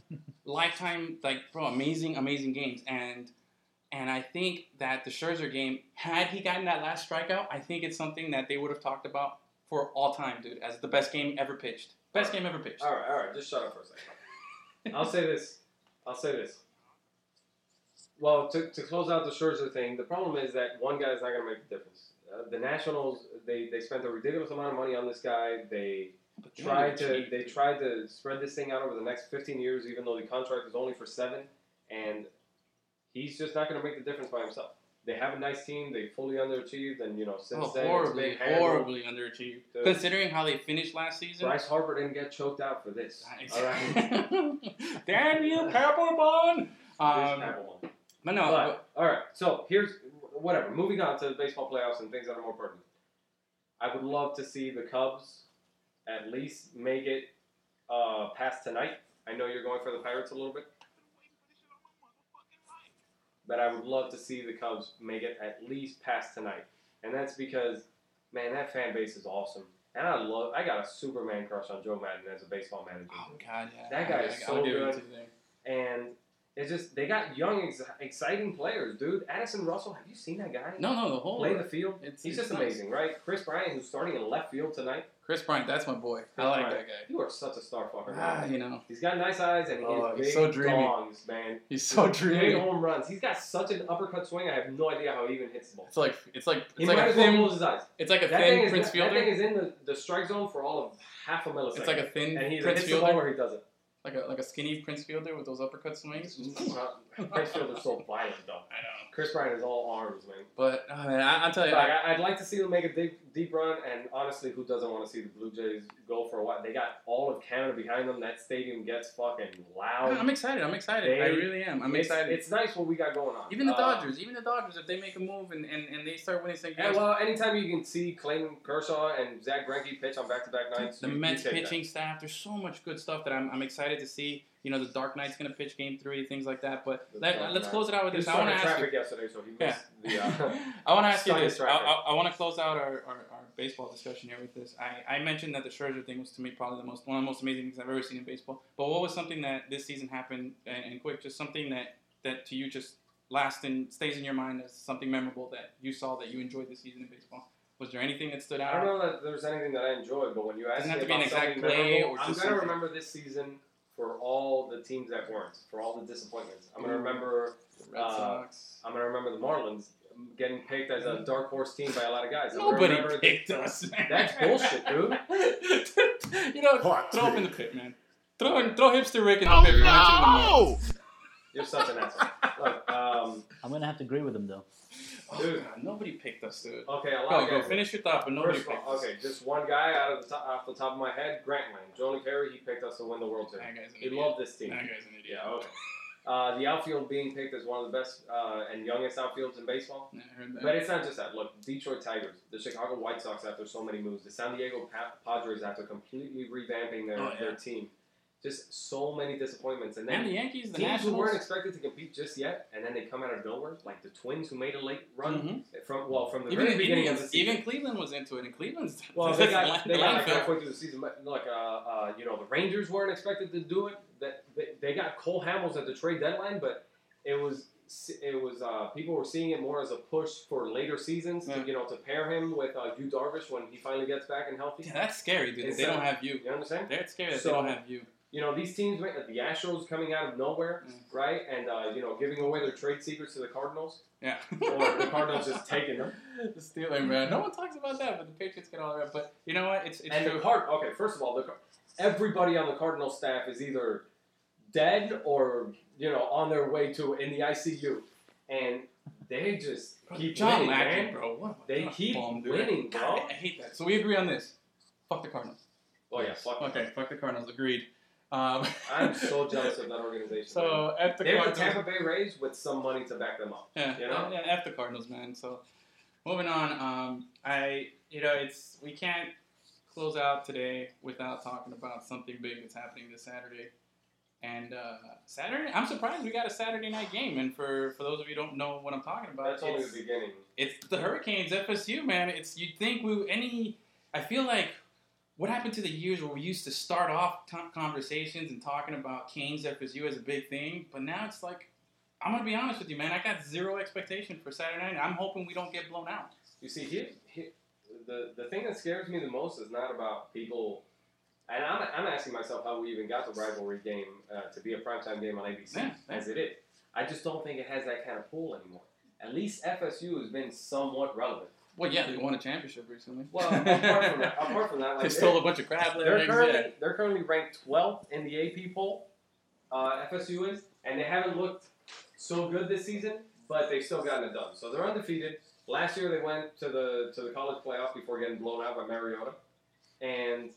B: lifetime like bro, amazing, amazing games. And and I think that the Scherzer game, had he gotten that last strikeout, I think it's something that they would have talked about for all time, dude, as the best game ever pitched. Best game ever pitched.
A: All right, all right. Just shut up for a second. I'll say this. I'll say this. Well, to, to close out the Scherzer thing, the problem is that one guy is not going to make the difference. Uh, the Nationals, they, they spent a ridiculous amount of money on this guy. They
B: But you
A: tried
B: know,
A: to
B: cheap.
A: they tried to spread this thing out over the next 15 years, even though the contract was only for seven. And he's just not going to make the difference by himself. They have a nice team. They fully underachieved, and you know since
B: Oh,
A: then
B: horribly,
A: it's been handled.
B: horribly underachieved.
A: Dude.
B: Considering how they finished last season.
A: Bryce Harper didn't get choked out for this.
B: Nice.
A: All right.
B: Daniel Pepperbond.
A: There's
B: Um,
A: Pebble.
B: but no, but-
A: But, all right. So here's whatever. Moving on to the baseball playoffs and things that are more pertinent. I would love to see the Cubs at least make it uh, past tonight. I know you're going for the Pirates a little bit, but I would love to see the Cubs make it at least past tonight. and that's because man, that fan base is awesome, and I love. I got a Superman crush on Joe Madden as a baseball manager,
B: Oh God, yeah.
A: That guy
B: I-
A: is
B: I-
A: so
B: I'll give it
A: good.
B: to you there.
A: and it's just they got young, ex- exciting players, dude. Addison Russell, have you seen that guy?
B: No, no, the whole
A: Play the field.
B: It's-
A: He's
B: it's
A: just
B: nice.
A: amazing, right? Chris Bryant, who's starting in left field tonight.
B: Chris Bryant. That's my boy. I
A: Chris
B: like
A: Bryant.
B: that
A: You are such a star fucker.
B: guy.
A: man.
B: Ah, you know,
A: He's got nice eyes and he
B: Oh,
A: hits
B: he's
A: big
B: so dreamy.
A: dongs, man.
B: he's so
A: Big
B: dreamy.
A: home runs. He's got such an uppercut swing. I have no idea how he even hits the ball.
B: It's like it's like
A: He
B: it's like
A: might
B: a
A: as well
B: thin.
A: close his eyes.
B: It's like a
A: That thing,
B: thin
A: is,
B: Prince
A: that thing
B: Fielder.
A: is in the, the strike zone for all of half a millisecond.
B: It's like a thin
A: and he either
B: Prince
A: hits the ball
B: Fielder,
A: or he doesn't.
B: like a like a skinny Prince Fielder with those uppercut swings.
A: Prince Fielder's so violent, though.
B: I know.
A: Chris Bryant is all arms, man.
B: But oh, man, I, I'll tell you,
A: Like,
B: I,
A: I, I'd like to see them make a deep, deep run, and honestly, who doesn't want to see the Blue Jays go for a while? They got all of Canada behind them. That stadium gets fucking loud.
B: I'm excited. I'm excited.
A: They-
B: I really am. I'm
A: it's,
B: excited.
A: It's nice what we got going on.
B: even the
A: Uh,
B: Dodgers, even the Dodgers, if they make a move and, and, and they start winning some
A: Yeah,
B: games,
A: well, anytime you can see Clayton Kershaw and Zach Greinke pitch on back-to-back nights,
B: the
A: you,
B: Mets
A: you take
B: pitching staff, there's so much good stuff that I'm, I'm excited to see. You know, the Dark Knight's going to pitch game three, things like that. But
A: The
B: let,
A: Dark
B: let's
A: Knight.
B: close it out
A: That.
B: with
A: He was
B: this. I want
A: stuck
B: to
A: in
B: ask you.
A: traffic yesterday, so he
B: Yeah.
A: missed the. Uh,
B: I want to ask you
A: Stuck in
B: this. I,
A: traffic.
B: I, want to close out our, our, our baseball discussion here with this. I, I mentioned that the Scherzer thing was to me probably the most one of the most amazing things I've ever seen in baseball. But what was something that this season happened and, and quick, just something that, that to you just lasts and stays in your mind as something memorable that you saw that you enjoyed this season in baseball? Was there anything that stood out?
A: I don't know that there's anything that I enjoyed, but when you ask
B: Doesn't
A: me
B: have to be an
A: about
B: exact
A: something
B: play
A: memorable,
B: or
A: I'm
B: just
A: gonna
B: something.
A: remember this season for all the teams that weren't, for all the disappointments. I'm gonna
B: Ooh.
A: remember.
B: The Red
A: Uh,
B: Sox.
A: I'm gonna remember the Marlins getting picked as a dark horse team by a lot of guys. I'm gonna
B: Nobody
A: remember
B: picked us. Man.
A: That's bullshit, dude.
B: you know,
C: Hot
B: throw him in the pit, man. Throw in, throw hipster Rick in the
D: Oh,
B: pit.
D: no!
B: no!
A: You're such an asshole. Look, um,
E: I'm gonna have to agree with him though.
A: Dude.
B: nobody picked us, dude.
A: okay, a lot
B: Go,
A: of
B: go,
A: guys.
B: finish your thought, but nobody
A: First of
B: picked
A: all,
B: us.
A: okay, just one guy out of the top, off the top of my head, Grantland. Johnny Perry, he picked us to win the World Series.
B: That guy's an
A: He
B: idiot.
A: loved this team.
B: That guy's an idiot.
A: Yeah, okay. Uh, the outfield being picked as one of the best uh, and youngest outfields in baseball.
B: Yeah, I heard that.
A: But it's not just that. Look, Detroit Tigers, the Chicago White Sox after so many moves, the San Diego Pa- Padres after completely revamping their,
B: Oh, yeah.
A: their team. Just so many disappointments. And
B: and
A: then
B: the Yankees, the
A: teams who weren't
B: Nationals.
A: expected to compete just yet, and then they come out of nowhere, like the Twins who made a late run
B: Mhm.
A: from well from the
B: Even
A: very
B: the
A: beginning
B: Indians,
A: of the season.
B: even Cleveland was into it, and Cleveland's
A: Well, they got, they got like
B: landfill.
A: halfway through the season. But look, uh, uh, you know, the Rangers weren't expected to do it. That they, they got Cole Hamels at the trade deadline, but it was it was uh, people were seeing it more as a push for later seasons. To,
B: Yeah.
A: you know, to pair him with uh, Yu Darvish when he finally gets back and healthy.
B: Yeah, that's scary, dude. that They
A: Instead-
B: don't have you.
A: You understand?
B: They're scared that
A: uh, So-
B: they don't have you.
A: You know, these teams, right, the Astros coming out of nowhere,
B: Mm.
A: right? And uh, you know, giving away their trade secrets to the Cardinals,
B: Yeah.
A: or the Cardinals just taking them.
B: the Steelers, man. No one talks about that, but the Patriots get all that. But you know what? It's it's
A: and
B: true.
A: the card. Okay, first of all, the Car- everybody on the Cardinal staff is either dead or you know on their way to in the ICU, and they just keep
B: John
A: winning,
B: Mackey,
A: man.
B: bro. What a-
A: They
B: what a
A: keep
B: bum, dude.
A: winning,
B: God,
A: bro.
B: I hate that. So we agree on this. Fuck the Cardinals.
A: Oh yeah, fuck. them.
B: Okay, fuck the Cardinals. Agreed. Um,
A: I'm so jealous of that organization. man.
B: So at the
A: they were the
B: Cardinals,
A: Tampa Bay Rays with some money to back them up.
B: yeah,
A: you know?
B: yeah, at the Cardinals, man. So moving on, um, I you know it's we can't close out today without talking about something big that's happening this Saturday. And uh, Saturday, I'm surprised we got a Saturday night game. And for, for those of you who don't know what I'm talking about,
A: That's only
B: it's-
A: the beginning.
B: It's the Hurricanes, FSU, man. It's you'd think we any. I feel like what happened to the years where we used to start off t- conversations and talking about Canes, FSU as a big thing, but now it's like I'm gonna be honest with you, man. I got zero expectation for Saturday night. I'm hoping we don't get blown out.
A: You see, here, here the the thing that scares me the most is not about people. And I'm, I'm asking myself how we even got the rivalry game uh, to be a primetime game on ABC
B: Yeah, yeah.
A: as it is. I just don't think it has that kind of pull anymore. At least FSU has been somewhat relevant.
B: Well, yeah, they won a championship recently.
A: Well, apart from that, apart from that,
B: they
A: like
B: stole a bunch of crab
A: they're,
B: legs.
A: currently
B: yeah.
A: they're currently ranked 12th in the AP poll. Uh, FSU is, and they haven't looked so good this season, but they've still gotten it done. So they're undefeated. Last year they went to the to the college playoff before getting blown out by Mariota, and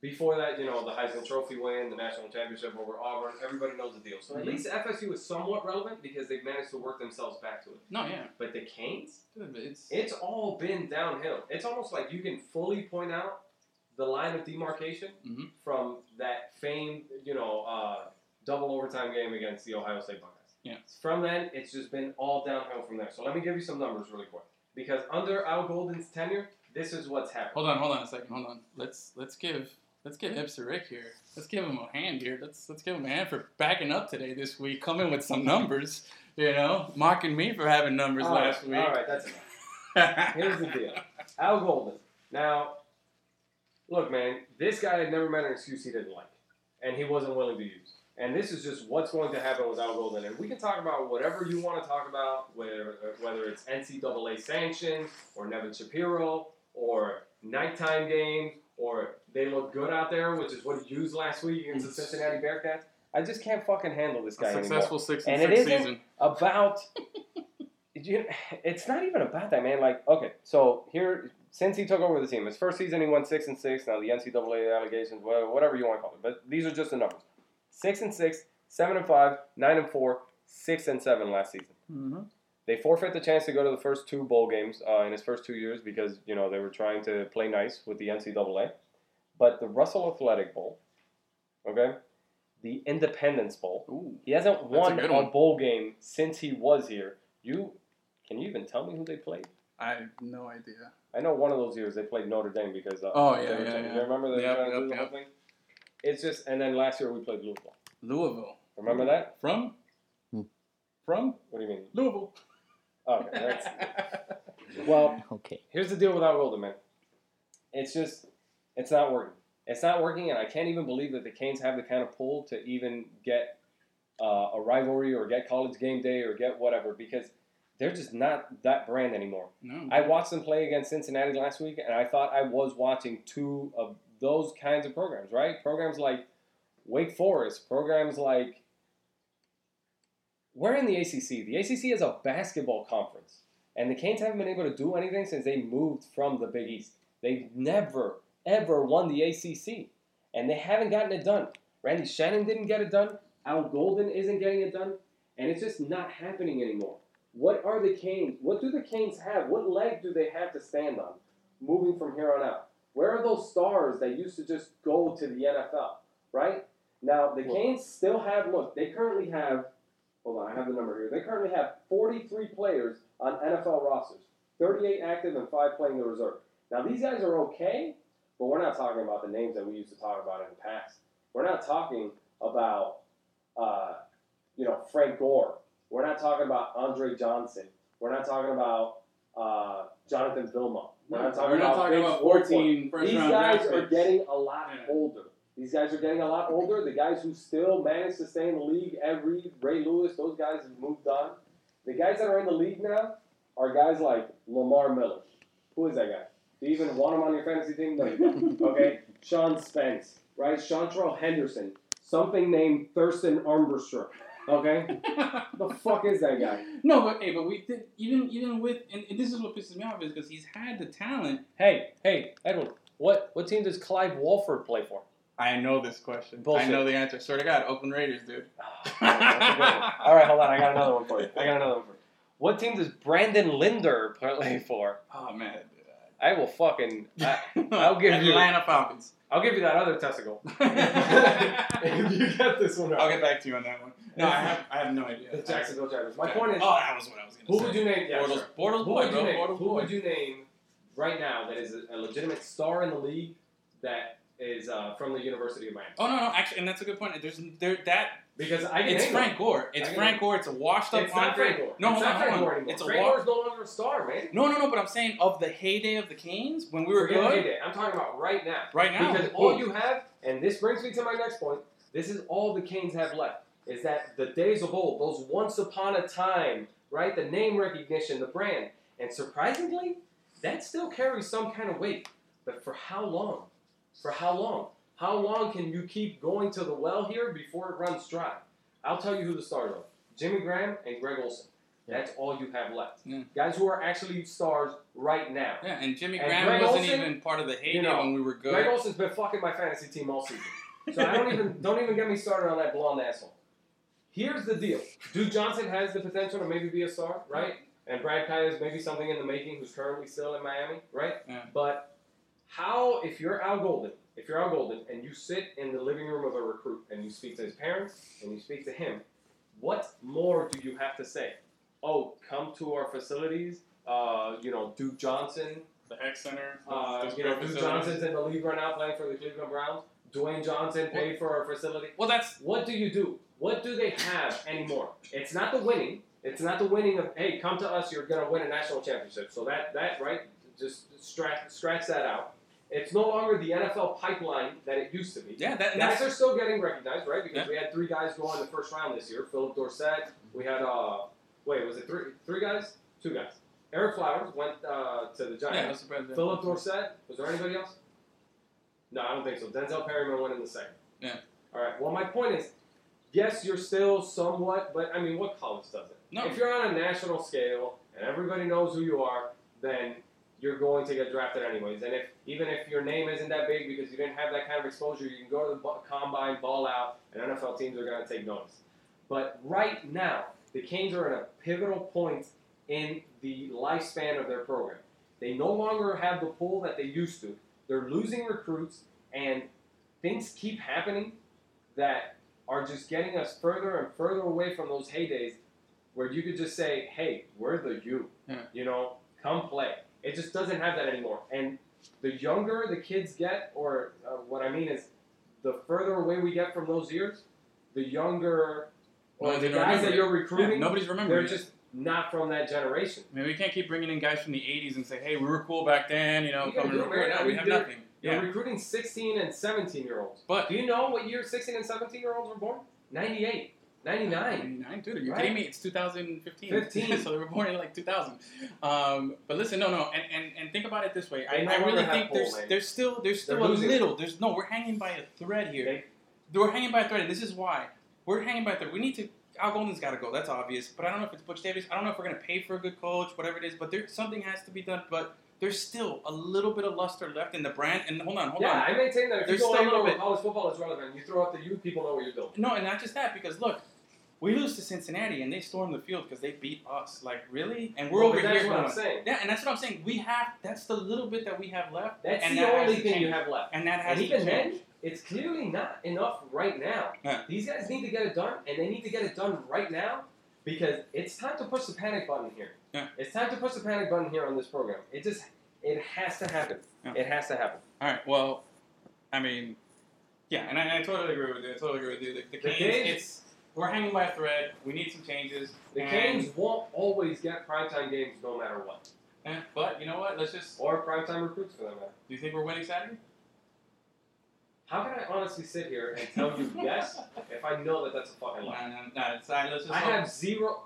A: before that, you know, the Heisman Trophy win, the national championship over Auburn. Everybody knows the deal. So at
B: Mhm.
A: least FSU is somewhat relevant because they've managed to work themselves back to it.
B: No, yeah,
A: But the Canes,
B: it's
A: it's all been downhill. It's almost like you can fully point out the line of demarcation
B: Mhm.
A: from that famed, you know, uh, double overtime game against the Ohio State Buckeyes.
B: Yeah.
A: From then, it's just been all downhill from there. So let me give you some numbers really quick. because under Al Golden's tenure, this is what's happened.
B: Hold on, hold on a second. Hold on. Let's let's give let's give hipster Rick here. Let's give him a hand here. Let's let's give him a hand for backing up today this week, coming with some numbers. You know, mocking me for having numbers
A: All right,
B: last week.
A: All right, that's enough. Here's the deal. Al Golden. Now, look, man, this guy had never met an excuse he didn't like, and he wasn't willing to use. And this is just what's going to happen with Al Golden. And we can talk about whatever you want to talk about, whether, whether it's NCAA sanctions, or Nevin Shapiro, or nighttime games, or they look good out there, which is what he used last week against the Cincinnati Bearcats. I just can't fucking handle this guy
B: A
A: anymore
B: successful six and,
A: And it
B: six
A: isn't-
B: season.
A: about you, it's not even about that man like okay so here since he took over the team his first season he won six and six now the ncaa allegations wha- whatever you want to call it but these are just the numbers six and six seven and five nine and four six and seven last season they forfeit the chance to go to the first two bowl games uh, in his first two years because you know they were trying to play nice with the ncaa but the russell athletic bowl okay the independence bowl
B: Ooh.
A: he hasn't won a,
B: good one.
A: bowl game since he was here. You can you even tell me who they played?
B: I have no idea.
A: I know one of those years they played Notre Dame because uh,
B: Oh, yeah,
A: they were
B: yeah,
A: trying-
B: yeah.
A: You remember they were
B: Yep,
A: trying to do
B: yep,
A: the
B: yep.
A: whole thing? It's just and then last year we played Louisville.
B: Louisville.
A: Remember
B: Mm-hmm.
A: that?
B: From? From
A: What do you mean? Oh,
B: Louisville.
A: Okay, that's well.
E: Okay.
A: Here's the deal with Al Golden, man. It's just it's not working. It's not working, and I can't even believe that the Canes have the kind of pull to even get uh, a rivalry or get college game day or get whatever because they're just not that brand anymore.
B: no.
A: I watched them play against Cincinnati last week, and I thought I was watching two of those kinds of programs, right? Programs like Wake Forest, programs like. We're in the ACC. The ACC is a basketball conference, and the Canes haven't been able to do anything since they moved from the Big East. They've never, ever won the ACC, and they haven't gotten it done. Randy Shannon didn't get it done. Al Golden isn't getting it done, and it's just not happening anymore. What are the Canes? What do the Canes have? What leg do they have to stand on moving from here on out? Where are those stars that used to just go to the NFL, right? Now, the Canes still have, look, they currently have, hold on, I have the number here. They currently have 43 players on NFL rosters, 38 active and 5 playing the reserve. Now, these guys are okay, but we're not talking about the names that we used to talk about in the past. We're not talking about, uh, you know, Frank Gore. We're not talking about Andre Johnson. We're not talking about uh, Jonathan Vilma. We're not talking
B: We're not
A: about,
B: talking
A: Biggs
B: about
A: Wolford.
B: 14 first
A: These
B: round
A: guys
B: draft
A: are
B: picks.
A: getting a lot
B: Yeah.
A: older. These guys are getting a lot older. The guys who still manage to stay in the league every Ray Lewis, those guys have moved on. The guys that are in the league now are guys like Lamar Miller. Who is that guy? Do you even want him on your fantasy team? No, you don't. Okay. Sean Spence, right? Chantrell Henderson. Something named Thurston Armbruster. Okay? the fuck is that guy?
B: no, but hey, but we did, even even with and, and this is what pisses me off is because he's had the talent.
A: Hey, hey, Edwin, what what team does Clive Walford play for?
B: I know this question.
A: Bullshit.
B: I know the answer. Swear to God, Oakland Raiders, dude.
A: All right, hold on. I got another one for you. I got another one for you. What team does Brandon Linder play for?
B: Oh man.
A: I will fucking. I, I'll give you-
B: Atlanta Falcons.
A: I'll give you that other testicle.
B: I'll
A: you get this one
B: get back to you on that one. No, I have I have no idea.
A: The Jacksonville Jaguars. My point is,
B: Oh, that was what I was gonna
A: who
B: say.
A: would you name? Yeah,
B: Bortles,
A: sure.
B: Bortles
A: Who
B: boy,
A: would you
B: bro.
A: name?
B: Bortles
A: Who
B: boy.
A: would you name right now that is a legitimate star in the league that is uh, from the University of Miami?
B: Oh no, no, actually, and that's a good point. There's there that
A: Because I can
B: it's
A: name
B: Frank Gore.
A: I
B: It's
A: can
B: Frank Gore. It's a washed
A: Them.
B: up
A: It's not
B: Andre.
A: Frank Gore.
B: No,
A: it's
B: hold on,
A: not Frank
B: hold
A: Gore
B: on.
A: anymore.
B: It's a
A: Frank
B: wa-
A: Gore is no longer a star, man.
B: No, no, no. But I'm saying of the heyday of the Canes when we were
A: Forget
B: good.
A: it. I'm talking about right now.
B: Right now, oh,
A: Because all
B: who?
A: you have, and this brings me to my next point, this is all the Canes have left, is that the days of old, those once upon a time, right? The name recognition, the brand. And surprisingly, that still carries some kind of weight. But for how long? For how long? How long can you keep going to the well here before it runs dry? I'll tell you who the stars are Jimmy Graham and Greg Olson. That's all you have left.
B: Yeah.
A: Guys who are actually stars right now.
B: yeah, and Jimmy
A: And
B: Graham
A: Greg
B: wasn't
A: Olsen,
B: even part of the heyday
A: you know,
B: when we were good.
A: Greg Olson's been fucking my fantasy team all season. So I don't even don't even get me started on that blonde asshole. Here's the deal: Duke Johnson has the potential to maybe be a star, right? And Brad Kyle is maybe something in the making, who's currently still in Miami, right?
B: Yeah.
A: But how if you're Al Golden, if you're Al Golden, and you sit in the living room of a recruit and you speak to his parents and you speak to him, what more do you have to say? Oh, come to our facilities. Uh, you know, Duke Johnson.
B: The X Center.
A: Uh,
B: those
A: you know,
B: great
A: Duke
B: facilities.
A: Johnson's in the league right now playing for the Cleveland Browns. Dwayne Johnson paid for a facility.
B: Well, that's
A: What do you do? What do they have anymore? It's not the winning. It's not the winning of hey, come to us. You're gonna win a national championship. So that that right, just scratch scratch that out. It's no longer the NFL pipeline that it used to be.
B: yeah. That,
A: Guys
B: that's
A: are still getting recognized, right? Because we had three guys go on the first round this year. Philip Dorsett. We had uh, wait, was it three three guys? Two guys. Eric Flowers went uh, to the
B: yeah.
A: Giants.
B: That's the president.
A: Philip Dorsett. Was there anybody else? No, I don't think so. Denzel Perryman went in the second.
B: Yeah.
A: All right. Well, my point is, yes, you're still somewhat, but I mean, what college does it?
B: No.
A: If you're on a national scale and everybody knows who you are, then you're going to get drafted anyways. And if even if your name isn't that big because you didn't have that kind of exposure, you can go to the bu- combine, ball out, and NFL teams are going to take notice. But right now, the Canes are at a pivotal point in the lifespan of their program. They no longer have the pull that they used to. They're losing recruits, and things keep happening that are just getting us further and further away from those heydays where you could just say, hey, we're the you.
B: Yeah.
A: You know, come play. It just doesn't have that anymore. And the younger the kids get, or uh, what I mean is, the further away we get from those years, the younger,
B: No,
A: or
B: they
A: the
B: don't
A: guys
B: remember
A: that
B: it.
A: you're
B: yeah,
A: recruiting,
B: nobody's
A: they're
B: remembering. it.
A: just not from that generation.
B: I mean, we can't keep bringing in guys from the '80s and say, "Hey, we were cool back then," you know,
A: You
B: come
A: gotta
B: and
A: do it right
B: record.
A: now.
B: No, we
A: You
B: have
A: do it.
B: nothing.
A: You're
B: Yeah,
A: recruiting 16 and 17 year olds.
B: but
A: Do you know what year 16 and 17 year olds were born? 98, 99.
B: Nine, dude, are you
A: Right.
B: kidding me? It's 2015.
A: 15.
B: so they were born in like 2000. Um, but listen, no, no, and, and, and think about it this way. I,
A: They no
B: I really
A: longer have
B: think there's
A: Pullman.
B: there's still there's still
A: They're
B: a
A: losing.
B: little. There's no. We're hanging by a thread here.
A: They-
B: we're hanging by a thread, and this is why we're hanging by a thread. We need to. Al Golden's got to go. That's obvious. But I don't know if it's Butch Davis. I don't know if we're gonna pay for a good coach, whatever it is. But there something has to be done. But there's still a little bit of luster left in the brand. And hold on, hold on.
A: Yeah, I maintain that if
B: There's
A: you go
B: still a
A: anywhere
B: little
A: where
B: bit-
A: college football is relevant, you throw up the youth, people know what you're doing.
B: No, and not just that, because look, we lose to Cincinnati and they storm the field because they beat us. Like, really? And we're
A: Well,
B: over
A: but that's
B: here.
A: what I'm
B: going-
A: saying.
B: Yeah, and that's what I'm saying. We have, that's the little bit that we have left.
A: That's
B: and
A: the
B: that
A: only
B: has to
A: thing you
B: change.
A: have left.
B: And that has
A: And
B: to
A: even
B: change.
A: then, it's clearly not enough right now.
B: Yeah.
A: These guys need to get it done, and they need to get it done right now because it's time to push the panic button here.
B: Yeah.
A: It's time to push the panic button here on this program. It just, it has to happen.
B: Yeah.
A: It has to happen.
B: All right, well, I mean, yeah, and I, I totally agree with you. I totally agree with you. The, the, Canes,
A: Canes-
B: it's, we're hanging by a thread. We need some changes.
A: The
B: and,
A: Canes won't always get primetime games no matter what,
B: eh, but you know what? Let's just,
A: or primetime recruits for that matter.
B: do you think we're winning Saturday?
A: How can I honestly sit here and tell you yes if I know that that's a fucking
B: No,
A: lie?
B: no, no. It's, I, let's just
A: I
B: hope-
A: have zero.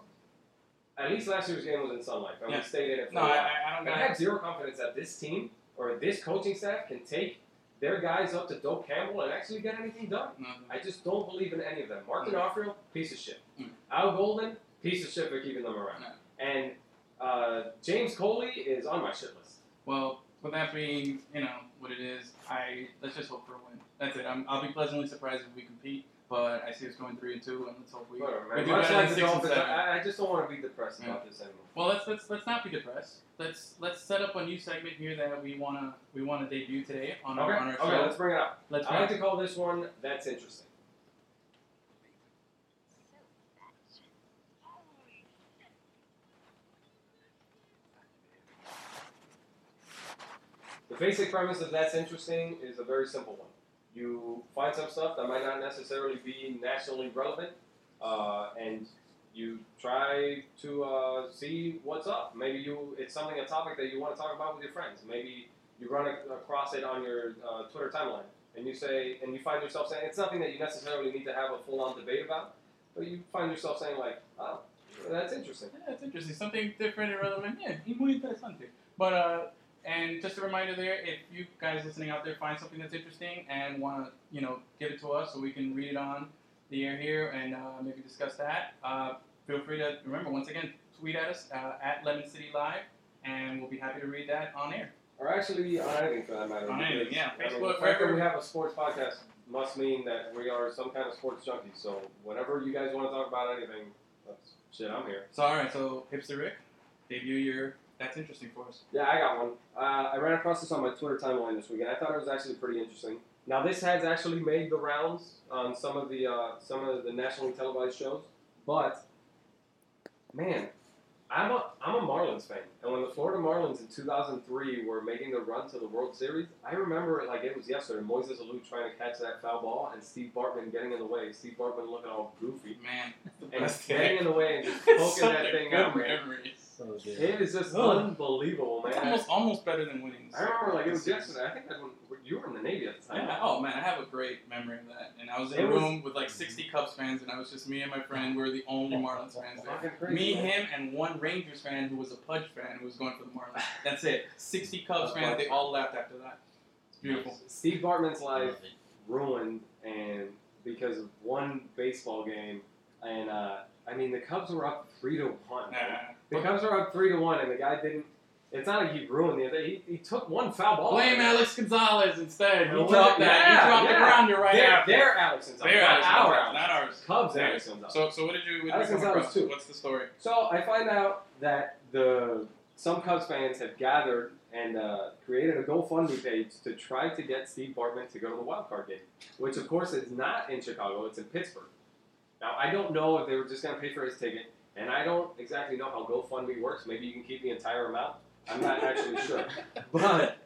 A: At least last year's game was in sunlight, and
B: Yeah.
A: we stayed in it for
B: no,
A: a
B: I,
A: while.
B: I I don't
A: But I
B: got
A: have zero confidence that this team or this coaching staff can take their guys up to Dope Campbell and actually get anything done.
B: no.
A: I just don't believe in any of them. Mark
B: Mm.
A: D'Onofrio, piece of shit.
B: Mm.
A: Al Golden, piece of shit for keeping them around.
B: Yeah.
A: And uh, James Coley is on my shit list.
B: Well, with that being, you know, what it is, I let's just hope for a win. That's it. I'm, I'll be pleasantly surprised if we compete, but I see us going three and two, and let's hope we.
A: Whatever,
B: we
A: man.
B: do
A: Much
B: better
A: like
B: than
A: the
B: six and
A: Dolphins,
B: seven.
A: I, I just don't want to be depressed
B: Yeah.
A: about this anymore.
B: Well, let's let's let's not be depressed. Let's let's set up a new segment here that we wanna we wanna debut today on our on our
A: okay,
B: show.
A: let's bring it up.
B: Let's
A: I like to call this one "That's Interesting." The basic premise of "That's Interesting" is a very simple one. You find some stuff that might not necessarily be nationally relevant, uh, and you try to uh, see what's up. Maybe you it's something a topic that you want to talk about with your friends. Maybe you run ac- across it on your uh, Twitter timeline and you say, and you find yourself saying, it's nothing that you necessarily need to have a full-on debate about, but you find yourself saying like, oh, that's interesting.
B: Yeah, that's interesting. Something different and relevant. Yeah, y muy interesante. But uh, and just a reminder there, if you guys listening out there find something that's interesting and want to, you know, give it to us so we can read it on the air here and uh, maybe discuss that. Uh, feel free to remember once again tweet at us uh, at Lemon City Live, and we'll be happy to read that on air.
A: Or actually, on anything for that matter.
B: On anything,
A: because,
B: yeah.
A: I mean,
B: Facebook,
A: the fact that
B: wherever-
A: we have a sports podcast must mean that we are some kind of sports junkies. So whenever you guys want to talk about anything, that's, shit, I'm here.
B: So all right, so Hipster Rick, debut your that's interesting for us.
A: Yeah, I got one. Uh, I ran across this on my Twitter timeline this weekend. I thought it was actually pretty interesting. Now, this has actually made the rounds on some of the uh, some of the nationally televised shows, but man, I'm a I'm a Marlins fan, and when the Florida Marlins in 2003 were making the run to the World Series, I remember it like it was yesterday. Moises Alou trying to catch that foul ball, and Steve Bartman getting in the way. Steve Bartman looking all goofy
B: Man, that's the
A: and
B: best
A: standing
B: thing.
A: in the way and just
B: It's
A: poking
B: such
A: that
B: a
A: thing
B: good
A: out. man.
B: memory.
E: So good.
A: It is just
E: Ugh.
A: unbelievable,
B: It's
A: man.
B: almost almost better than winning. the
A: I remember
B: Super
A: like it
B: Bowl.
A: was yesterday. I think that's when you were in the Navy at the time.
B: Yeah. Oh man, I have a great memory of that. And I was in
A: It
B: a
A: was-
B: room with like 60 Cubs fans, and I was just me and my friend. We were the only Marlins fans there.
A: Fucking crazy.
B: Me,
A: man.
B: him, and one Rangers fan who was a Pudge fan who was going for the Marlins. That's it. 60 Cubs
A: Uh,
B: fans. They all left after that. It's beautiful.
A: Steve Bartman's life
E: Love it.
A: ruined and because of one baseball game and uh, I mean the Cubs were up three to one.
B: Nah.
A: man. The Cubs were up three to one and the guy didn't it's not like he ruined the other he, he took one foul ball.
B: Blame Alex Gonzalez instead. He
A: Well,
B: dropped that.
A: yeah,
B: he dropped
A: yeah.
B: the grounder right
A: They're,
B: after.
A: they're Alex and
B: Their Alex
A: our
B: Gonzalez,
A: Alex.
B: not ours.
A: Cubs
B: Theirs.
A: Alex Gonzalez.
B: So, so what did you? What did
A: Alex
B: you come
A: Gonzalez
B: across?
A: too.
B: What's the story?
A: So I find out that the some Cubs fans have gathered and uh, created a GoFundMe page to try to get Steve Bartman to go to the wild card game, which of course is not in Chicago; it's in Pittsburgh. Now I don't know if they were just going to pay for his ticket, and I don't exactly know how GoFundMe works. Maybe you can keep the entire amount. I'm not actually sure, but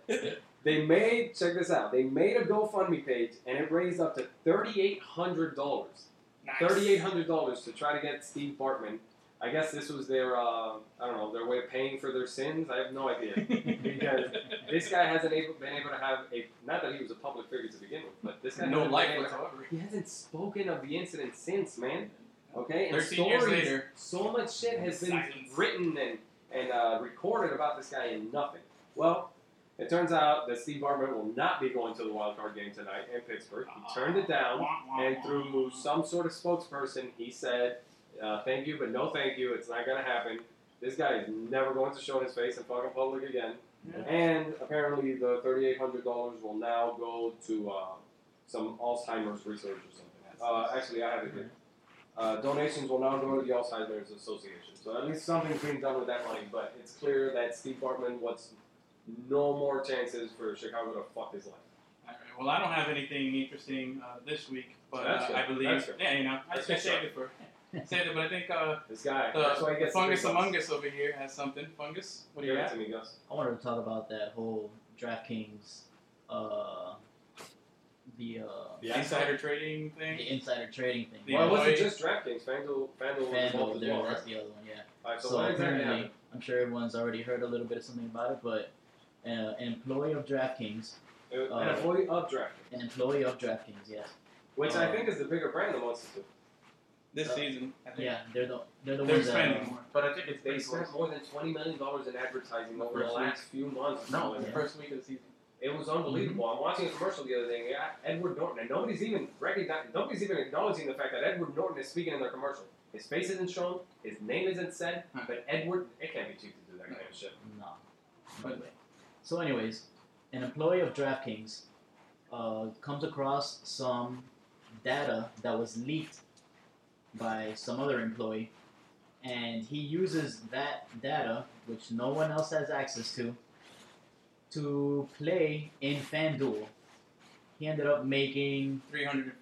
A: they made check this out. They made a GoFundMe page, and it raised up to thirty eight hundred dollars
B: Nice.
A: thirty-eight hundred dollars to try to get Steve Bartman. I guess this was their, uh, I don't know, their way of paying for their sins. I have no idea because this guy hasn't able, been able to have a. Not that he was a public figure to begin with, but this guy
B: no
A: hasn't
B: life
A: been able to-
B: whatsoever.
A: He hasn't spoken of the incident since, man. Okay, and
B: Thirteen years
A: stories-
B: later.
A: so much shit has been
B: Silence.
A: written and and uh, recorded about this guy and nothing. Well, it turns out that Steve Bartman will not be going to the wild card game tonight in Pittsburgh. He turned it down. And through some sort of spokesperson, he said, uh, "Thank you, but no, thank you. It's not gonna happen. This guy is never going to show his face in fucking public again."
B: Yeah.
A: And apparently, the thirty-eight hundred dollars will now go to uh, some Alzheimer's research or something. Uh, actually, I have it here. Uh, donations will now go to the Alzheimer's Association. So at least something's being done with that money. But it's clear that Steve Bartman wants no more chances for Chicago to fuck his life.
B: All right, Well, I don't have anything interesting uh, this week, but
A: That's
B: uh,
A: good.
B: I believe
A: That's good.
B: yeah, you know, I
A: That's
B: should
A: good
B: save it for save it. But I think uh,
A: This guy. that's why he
B: the
A: gets the
B: fungus
A: big bucks.
B: among us over here has something. Fungus, what do
A: Give
B: you
A: it
B: got?
A: to me, Gus.
E: I wanted to talk about that whole DraftKings, uh, the uh,
A: Yeah.
B: Insider trading
E: the
B: thing.
E: insider trading thing.
B: The
A: well, it wasn't
B: employee-
A: just DraftKings. FanDuel, FanDuel was
E: FanDuel,
A: involved as
E: there,
A: well, right?
E: that's the other one, yeah.
A: All right, so,
E: So
A: what exactly
E: apparently,
A: happened?
E: I'm sure everyone's already heard a little bit of something about it, but uh, an employee of DraftKings,
A: It was an
E: uh,
A: employee of DraftKings,
E: an employee of DraftKings, yes,
A: which I
E: uh,
A: think is the bigger brand that wants to do.
B: This
E: Uh,
B: season, I think
E: yeah, they're the they're the
B: they're
E: ones that.
B: spending more, but I think it's
A: They
B: pretty
A: spent
B: close.
A: more than twenty million dollars in advertising over the
B: First
A: last few months.
B: No, it's
A: Like,
B: the first week of the season.
A: it was unbelievable.
B: Mm-hmm.
A: I'm watching a commercial the other day. Yeah, Edward Norton, and nobody's even recognizing, nobody's even acknowledging the fact that Edward Norton is speaking in their commercial. His face isn't shown, his name isn't said,
B: Huh.
A: but Edward, it can't be cheap to do that kind of shit.
E: No. No
B: But-
E: way. So, anyways, an employee of DraftKings uh, comes across some data that was leaked by some other employee, and he uses that data, which no one else has access to, to play in FanDuel. He ended up making
B: 350k.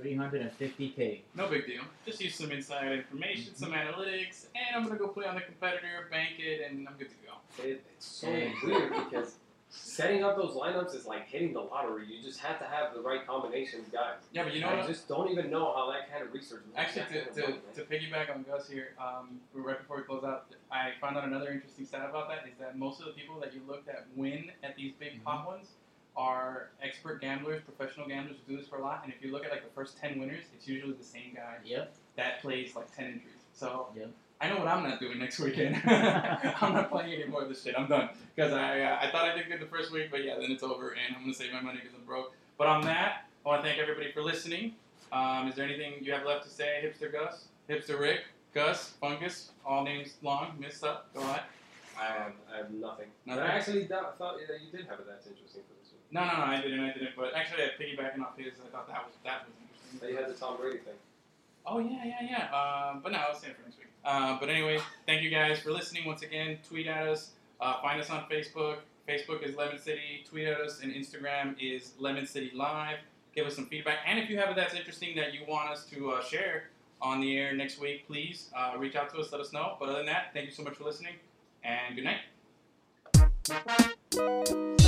E: 350k.
B: No big deal. Just use some inside information, some
E: Mm-hmm.
B: analytics, and I'm gonna go play on the competitor, bank it, and I'm good to go.
A: It, it's so
E: Yeah.
A: weird because setting up those lineups is like hitting the lottery. You just have to have the right combination of guys.
B: Yeah, but you know
A: I
B: what?
A: just don't even know how that kind of research. works.
B: Actually,
A: That
B: to,
A: kind of
B: to,
A: money, man.
B: to piggyback on Gus here, um, right before we close out, I found out another interesting stat about that is that most of the people that you look at win at these big pot ones are expert gamblers, professional gamblers who do this for a lot. And if you look at like the first 10 winners, it's usually the same guy
E: Yep.
B: that plays like 10 entries. So
E: Yep.
B: I know what I'm not doing next weekend. I'm not playing any more of this shit. I'm done. Because I, uh, I thought I did good the first week, but yeah, then it's over and I'm going to save my money because I'm broke. But on that, I want to thank everybody for listening. Um, is there anything you have left to say, Hipster Gus, Hipster Rick, Gus, Fungus, all names long, missed up, go ahead.
A: I have, I have nothing.
B: um, Nothing?
A: But I actually doubt, thought that you did have it. That's interesting for this one.
B: No, no, no, I didn't, I didn't. But actually, I piggybacking off his, I thought that was that was interesting.
A: But you had the Tom Brady thing.
B: Oh yeah, yeah, yeah. Uh, but no, I'll save it for next week. Uh, but anyway, thank you guys for listening once again. Tweet at us. Uh, find us on Facebook. Facebook is Lemon City. Tweet at us, and Instagram is Lemon City Live. Give us some feedback, and if you have it that's interesting that you want us to uh, share, on the air next week, please uh, reach out to us, let us know. But other than that, thank you so much for listening, and good night.